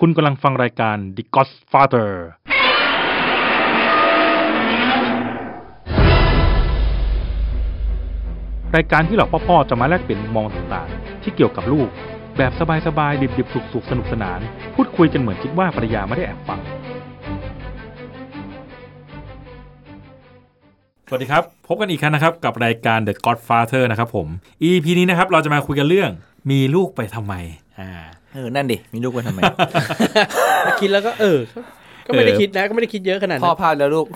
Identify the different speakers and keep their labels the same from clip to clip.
Speaker 1: คุณกำลังฟังรายการ The Godfather รายการที่เหล่าพ่อๆจะมาแลกเปลี่ยนมุมมองต่างๆ ที่เกี่ยวกับลูก แบบสบายๆ ดิบๆ สุกๆ สนุกสนาน พูดคุยกันเหมือนคิดว่าภรรยาไม่ได้แอบฟัง สวัสดีครับ พบกันอีกครั้งนะครับ กับรายการ The Godfather นะครับผม EP นี้นะครับเราจะมาคุยกันเรื่องมีลูกไปทำไมอ่า
Speaker 2: เออ นั่นดิ มีลูกไว้ทำไม
Speaker 3: คิดแล้วก็เออ ก็ไม่ได้คิดนะ ก็ไม่ได้คิดเยอะขนาด
Speaker 2: พ่อ
Speaker 3: นั้น
Speaker 2: พลาดแล้วลูก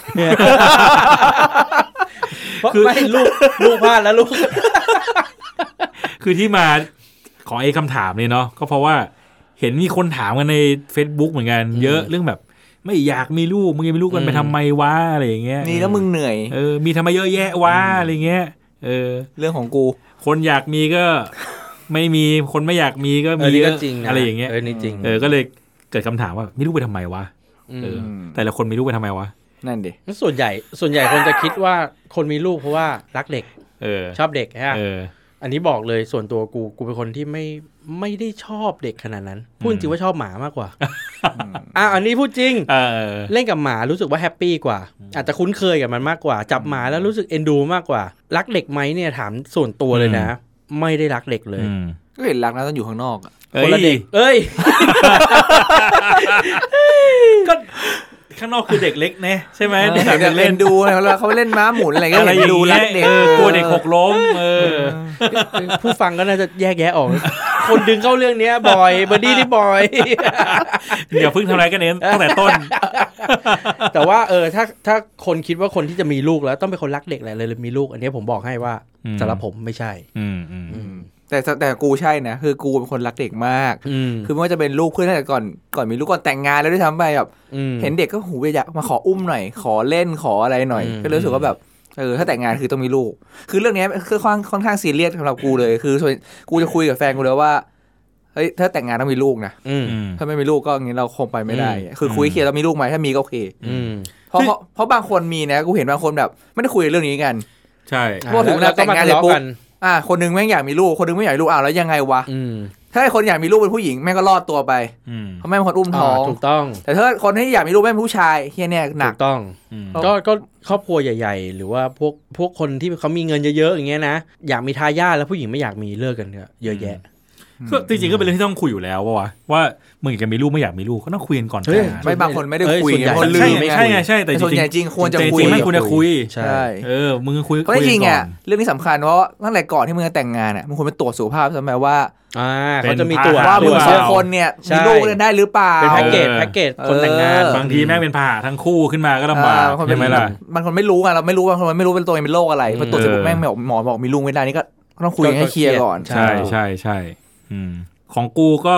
Speaker 3: เพราะไม่ลูกลูกพลาดแล้วลูก
Speaker 1: คือที่มาของไอ้คำถามเนี่ยเนาะก็เพราะว่าเห็นมีคนถามกันใน Facebook เหมือนกัน เยอะเรื่องแบบ ไม่อยากมีลูกมึงจะมีลูกกันไปทำไมวะอะไรอย่างเงี้ย
Speaker 2: นี่แล้วมึงเหนื่อย
Speaker 1: เออมีทำไมเยอะแยะวะอะไรเงี้ยเออ
Speaker 2: เรื่องของกู
Speaker 1: คนอยากมีก็ ไม่มีคนไม่อยากมีก็
Speaker 3: เอ
Speaker 1: มี
Speaker 3: อนี่
Speaker 1: เย
Speaker 3: ก็
Speaker 1: อะ
Speaker 3: จริงนะ
Speaker 1: อะไรอย่างเงี้ย
Speaker 3: เออนี่จริง
Speaker 1: เออก็เลยเกิดคำถามว่ามีลูกไปทำไมวะเอออแต่ละคนมีลูกไปทำไมวะ
Speaker 2: นั่นดิ
Speaker 3: มส่วนใหญ่ ส่วนใหญ่คนจะคิดว่าคนมีลูกเพราะว่ารักเด็ก
Speaker 1: เออ
Speaker 3: ชอบเด็กฮะ
Speaker 1: เออ
Speaker 3: อันนี้บอกเลยส่วนตัวกูกูเป็นคนที่ไม่ไม่ได้ชอบเด็กขนาดนั้นพูดจริงว่าชอบหมามากกว่าอ่ะอันนี้พูดจริง
Speaker 1: เออ
Speaker 3: เล่นกับหมารู้สึกว่าแฮปปี้กว่า อาจจะคุ้นเคยกับมันมากกว่า จับหมาแล้วรู้สึกเอ็นดูมากกว่า รักเด็กไหมเนี่ยถามส่วนตัวเลยนะ ไม่ได้รักเด็กเลย
Speaker 1: อืม
Speaker 2: ก็เห็นรักนะตอนอยู่ข้างนอกอะ
Speaker 3: คนละเด็ก เอ้ย
Speaker 1: ก็ข้างนอกคือเด็กเล็กนะใช่ไหม
Speaker 2: เด็กเล่นดูนะแล้วเขาเล่นม้าหมุนอะไรก็
Speaker 1: อะไรอ
Speaker 2: เห็น
Speaker 1: ย่าง
Speaker 2: ดูรั
Speaker 1: เงี้
Speaker 2: ก
Speaker 1: ย
Speaker 2: เด็ก
Speaker 1: เออกลัวเด็กหกล้มเออ
Speaker 3: ผู้ฟังก็น่าจะแยกแยะออก คนดึงเข้าเรื่องเนี้ยบ่อยบอดี้นี่บ่อย
Speaker 1: อย่าเพิ่งทำร้ายกันเองตั้งแต่ต้น
Speaker 3: แต่ว่าเออถ้าถ้าคนคิดว่าคนที่จะมีลูกแล้วต้องเป็นคนรักเด็กแหละเลยมีลูก อันเนี้ยผมบอกให้ว่า
Speaker 1: อืม
Speaker 3: สำหรับผมไม่ใช่
Speaker 1: อืมอืม
Speaker 2: อืมแต่แต่แต่กูใช่นะ คือกูเป็นคนรักเด็กมาก
Speaker 3: อืม
Speaker 2: คือไม่ว่าจะเป็นลูกเพื่อนตั้งแต่ก่อนก่อนมีลูกก่อนแต่งงานแล้วด้วยซ้ำไปแบบ
Speaker 3: ม
Speaker 2: เห็นเด็กก็หูอยากมาขออุ้มหน่อย ขอเล่นขออะไรหน่อย
Speaker 3: อืม
Speaker 2: ก็รู้สึกว่าแบบเออถ้าแต่งงานคือต้องมีลูก คือเรื่องเนี้ยคือค่อนค่อนข้างซีเรียสสำหรับกูเลย คือส่วนกูจะคุยกับแฟนกูเลยว่าเฮ้ยถ้าแต่งงานต้องมีลูกนะ
Speaker 3: อืม
Speaker 1: อืม
Speaker 2: ถ้าไม่มีลูกก็อย่างนี้เราคงไปไม่ได้
Speaker 3: อืม
Speaker 2: คือคุยเคลียร์เรามีลูกไหมถ้ามีก็โอเค
Speaker 3: อืม
Speaker 2: เพราะ
Speaker 1: คือ
Speaker 2: เพราะเพราะบางคนมีนะ กูเห็นบางคนแบบ ไม่ได้คุยเรื่องนี้กัน
Speaker 1: ใช่
Speaker 2: อ่ะพอถึงเวลาแต่งงานเสร็จปุ๊บ อ่า คนหนึงแม่งอยากมีลูก คนหนึงไม่อยากมีลูกอ้าวแล้วยังไงวะ
Speaker 3: อืม
Speaker 2: ถ้าไอ้คนอยากมีลูกเป็นผู้หญิงแม่งก็รอดตัวไป
Speaker 1: อืม
Speaker 2: เพราะแม่งเป็นคนอุ้มท้อง
Speaker 3: าถูกต้อง
Speaker 2: แต่ถ้าคนที่อยากมีลูกแม่งเป็นผู้ชายเฮียเนี่ยหนั
Speaker 3: ถู
Speaker 2: ก
Speaker 3: กต้อง
Speaker 1: อืม
Speaker 3: ก็ก็ครอบครัวใหญ่ ๆ หรือว่าพวกพวกคนที่เขามีเงินเยอะๆอย่างเงี้ยนะอยากมีทายาทแล้วผู้หญิงไม่อยากมีเลิกกันเถอะเยอะแยะ
Speaker 1: ก็จริงๆก็เป็นเรื่องที่ต้องคุยอยู่แล้วว่าวะว่ามึงอยากจะมีลูกไม่อยากมีลูกก็ต้องคุยกันก่อน
Speaker 3: เฮ้ย
Speaker 1: แต่งงาน
Speaker 2: ไม่บางคนไม่ได้
Speaker 3: เอ้ย
Speaker 2: คุย
Speaker 3: ส่วนใหญ่
Speaker 2: คนลื
Speaker 1: ใช่
Speaker 2: ม
Speaker 1: ไม่
Speaker 2: ไง
Speaker 1: ใช่ไงใช่แต่
Speaker 2: แต่
Speaker 1: จ
Speaker 2: ส่วน
Speaker 1: ริง
Speaker 2: ใหญ่จริงควรจะ
Speaker 1: แต่จ
Speaker 2: คุย
Speaker 1: ริงๆไม่ควรจะคุย
Speaker 3: ใช่
Speaker 1: เออมึงคุย
Speaker 2: เพราะจริงๆ
Speaker 1: คุยกัน
Speaker 2: อ่ะ
Speaker 1: ก่น
Speaker 2: เรื่องนี้สำคัญเพราะตั้งแต่ก่อนที่มึงจะแต่งงานอ่ะมึงควรไปตรวจสุขภาพใช่ไหมว่า
Speaker 3: อ่า
Speaker 1: เป็น
Speaker 3: เขาจะมีตัวจ
Speaker 1: ภาระ
Speaker 2: ว่า
Speaker 1: หรื
Speaker 2: มึ
Speaker 1: อง เปล่า
Speaker 2: สองคนเนี่ยมีลูกกันได้หรือเปล่า
Speaker 3: เป็นแพ็กเกจ
Speaker 1: เออ
Speaker 3: แพ็กเกจคนแต่งงาน
Speaker 2: เออ
Speaker 1: บางทีแม่งเป็นผ่าทั้งคู่ขึ้นมาก็ลำบาก
Speaker 2: อ่บางคนเป็น
Speaker 1: ใช่ไหมล่ะ
Speaker 2: บางคนไม่รู้ไงเราไม่รู้บางคนไม่รู้เป็นตัวเองเป็นโรคอะไรพอตรวจเสร็จปุ๊บ
Speaker 1: เออ
Speaker 2: แม่งบอกหมอบอกมีลุงไม่ได้นี่ก็ก็ต้องคุย
Speaker 3: ก็
Speaker 2: กันให้เคลียร์ก่อน
Speaker 3: เคลียร์
Speaker 1: ใช่ใช่ใช่อืมของกูก็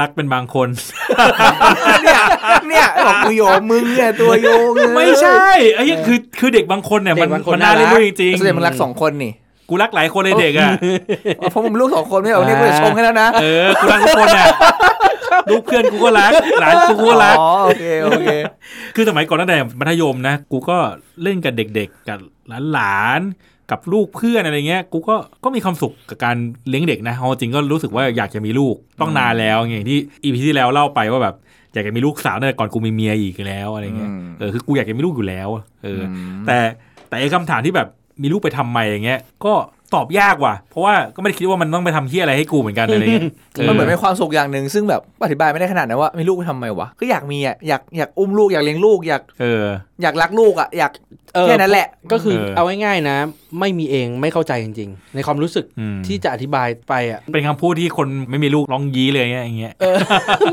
Speaker 1: รักเป็นบางคน
Speaker 2: เนี่ยเนี่ยบอกกูโยงมึงเนี่ยตัวโยงเลย
Speaker 1: ไม่ใช่ไอ้เหี้ยคือคือเด็กบางคนเนี่ยมัน
Speaker 3: เด็กบางคน
Speaker 1: มันน่าเล่น
Speaker 3: น่ารัก
Speaker 1: ด้วยจริง
Speaker 2: แสดงมึงรักสองคนนี่
Speaker 1: กูรักหลายคนเลยเด็กอ่ะ
Speaker 2: เพราะมึงลูกสองคนไม่เหรอาเนี่ยกูจะชงให้แล้วนะ
Speaker 1: เออ กูรักทุกคนอ่ะ ลูกเพื่อนกูก็รัก หลานกูก็รัก
Speaker 2: อ๋อโอเคโอเค
Speaker 1: คือสมัยก่อนตั้งแต่มัธยมนะ กูก็เล่นกับเด็กๆ กับหลานๆ กับลูกเพื่อนอะไรเงี้ย กูก็ก็มีความสุขกับการเลี้ยงเด็กนะเอาจริงก็รู้สึกว่าอยากจะมีลูกต้องนานแล้วอย่างที่อีพีที่แล้วเล่าไปว่าแบบอยากจะมีลูกสาวตั้งแต่ก่อนกูมีเมียอีกแล้วอะไรเงี้ย เออ คือกูอยากจะมีลูกอยู่แล้วอะเอออ แต่แต่ไอ้คำถามที่แบบมีลูกไปทำไมอย่างเงี้ย ก็ตอบยากว่ะ เพราะว่าก็ไม่ได้คิดว่ามันต้องไปทำเฮี้ยอะไรให้กูเหมือนกันอะไรเงี้ย
Speaker 2: มันเหมือนเป็นความสุขอย่างหนึ่งซึ่งแบบอธิบายไม่ได้ขนาดนั้นว่ามีลูกไปทำไมวะก็อยากมีอ่ะอยากอยากอุ้มลูกอยากเลี้ยงลูกอยาก
Speaker 1: เออ
Speaker 2: อยากรักลูกอ่ะอยาก
Speaker 3: เออ
Speaker 2: แค่นั้นแหละ
Speaker 3: ก็คือ
Speaker 1: เออ
Speaker 3: เอาง่ายๆนะ ไม่มีเองไม่เข้าใจจริง ๆ ในความรู้สึก
Speaker 1: อืม
Speaker 3: ที่จะอธิบายไปอ่ะ
Speaker 1: เป็นคำพูดที่คนไม่มีลูกร้องยี้เลยเงี้ยอย่างเงี้ย
Speaker 3: เออ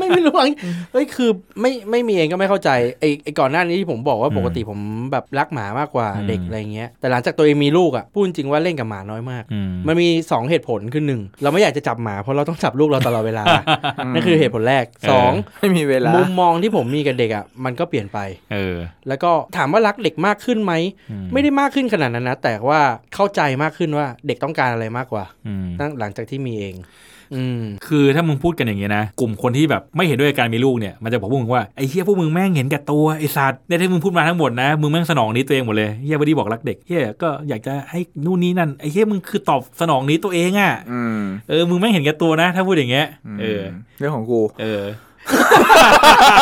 Speaker 3: ไม่ไม่รู้ว่าเฮ้ยคือไม่ไม่มีเองก็ไม่เข้าใจไอ้ไอ้ก่อนหน้านี้ที่ผมบอกว่า
Speaker 1: อืม
Speaker 3: ปกติผมแบบรักหมามากกว่า
Speaker 1: อืม
Speaker 3: เด็กอะไรเงี้ยแต่หลังจากตัวเองมีลูกอ่ะพูดจริงว่าเล่นกับหมาน้อยมาก
Speaker 1: อืม
Speaker 3: มันมี 2 เหตุผลคือหนึ่งเราไม่อยากจะจับหมาเพราะเราต้องจับลูกเราตลอดเว ลา นั่นคือเหตุผลแรกสอง
Speaker 2: ไม่มีเวลา
Speaker 3: มุมมองที่ผมมีกับเด็กอ่ะมันก็เปลี่ยนไป
Speaker 1: เออ
Speaker 3: แล้วก็ถามว่ารักเด็กมากขึ้นไหม
Speaker 1: อื
Speaker 3: ไม่ได้มากขึ้นขนาดนั้นนะแต่ว่าเข้าใจมากขึ้นว่าเด็กต้องการอะไรมากกว่า
Speaker 1: อืม
Speaker 3: ตั้งหลังจากที่มีเอง อืม
Speaker 1: คือถ้ามึงพูดกันอย่างเงี้ยนะ กลุ่มคนที่แบบไม่เห็นด้วยกับการมีลูกเนี่ย มันจะบอกพวกมึงว่า ไอ้เฮี้ยพวกมึงแม่งเห็นแก่ตัวไอ้สัตว์เนี่ยที่มึงพูดมาทั้งหมดนะ มึงแม่งสนองนี้ตัวเองหมดเลยเฮี้ยบดีบอกรักเด็กเฮี้ยก็อยากจะให้นู่นนี่นั่นไอ้เฮี้ยมึงคือตอบสนองนี้ตัวเองอ่ะ
Speaker 2: อืม
Speaker 1: เออมึงแม่งเห็นแก่ตัวนะ ถ้าพูดอย่างเงี้ยเออ
Speaker 2: เรื่องของกู
Speaker 1: เออ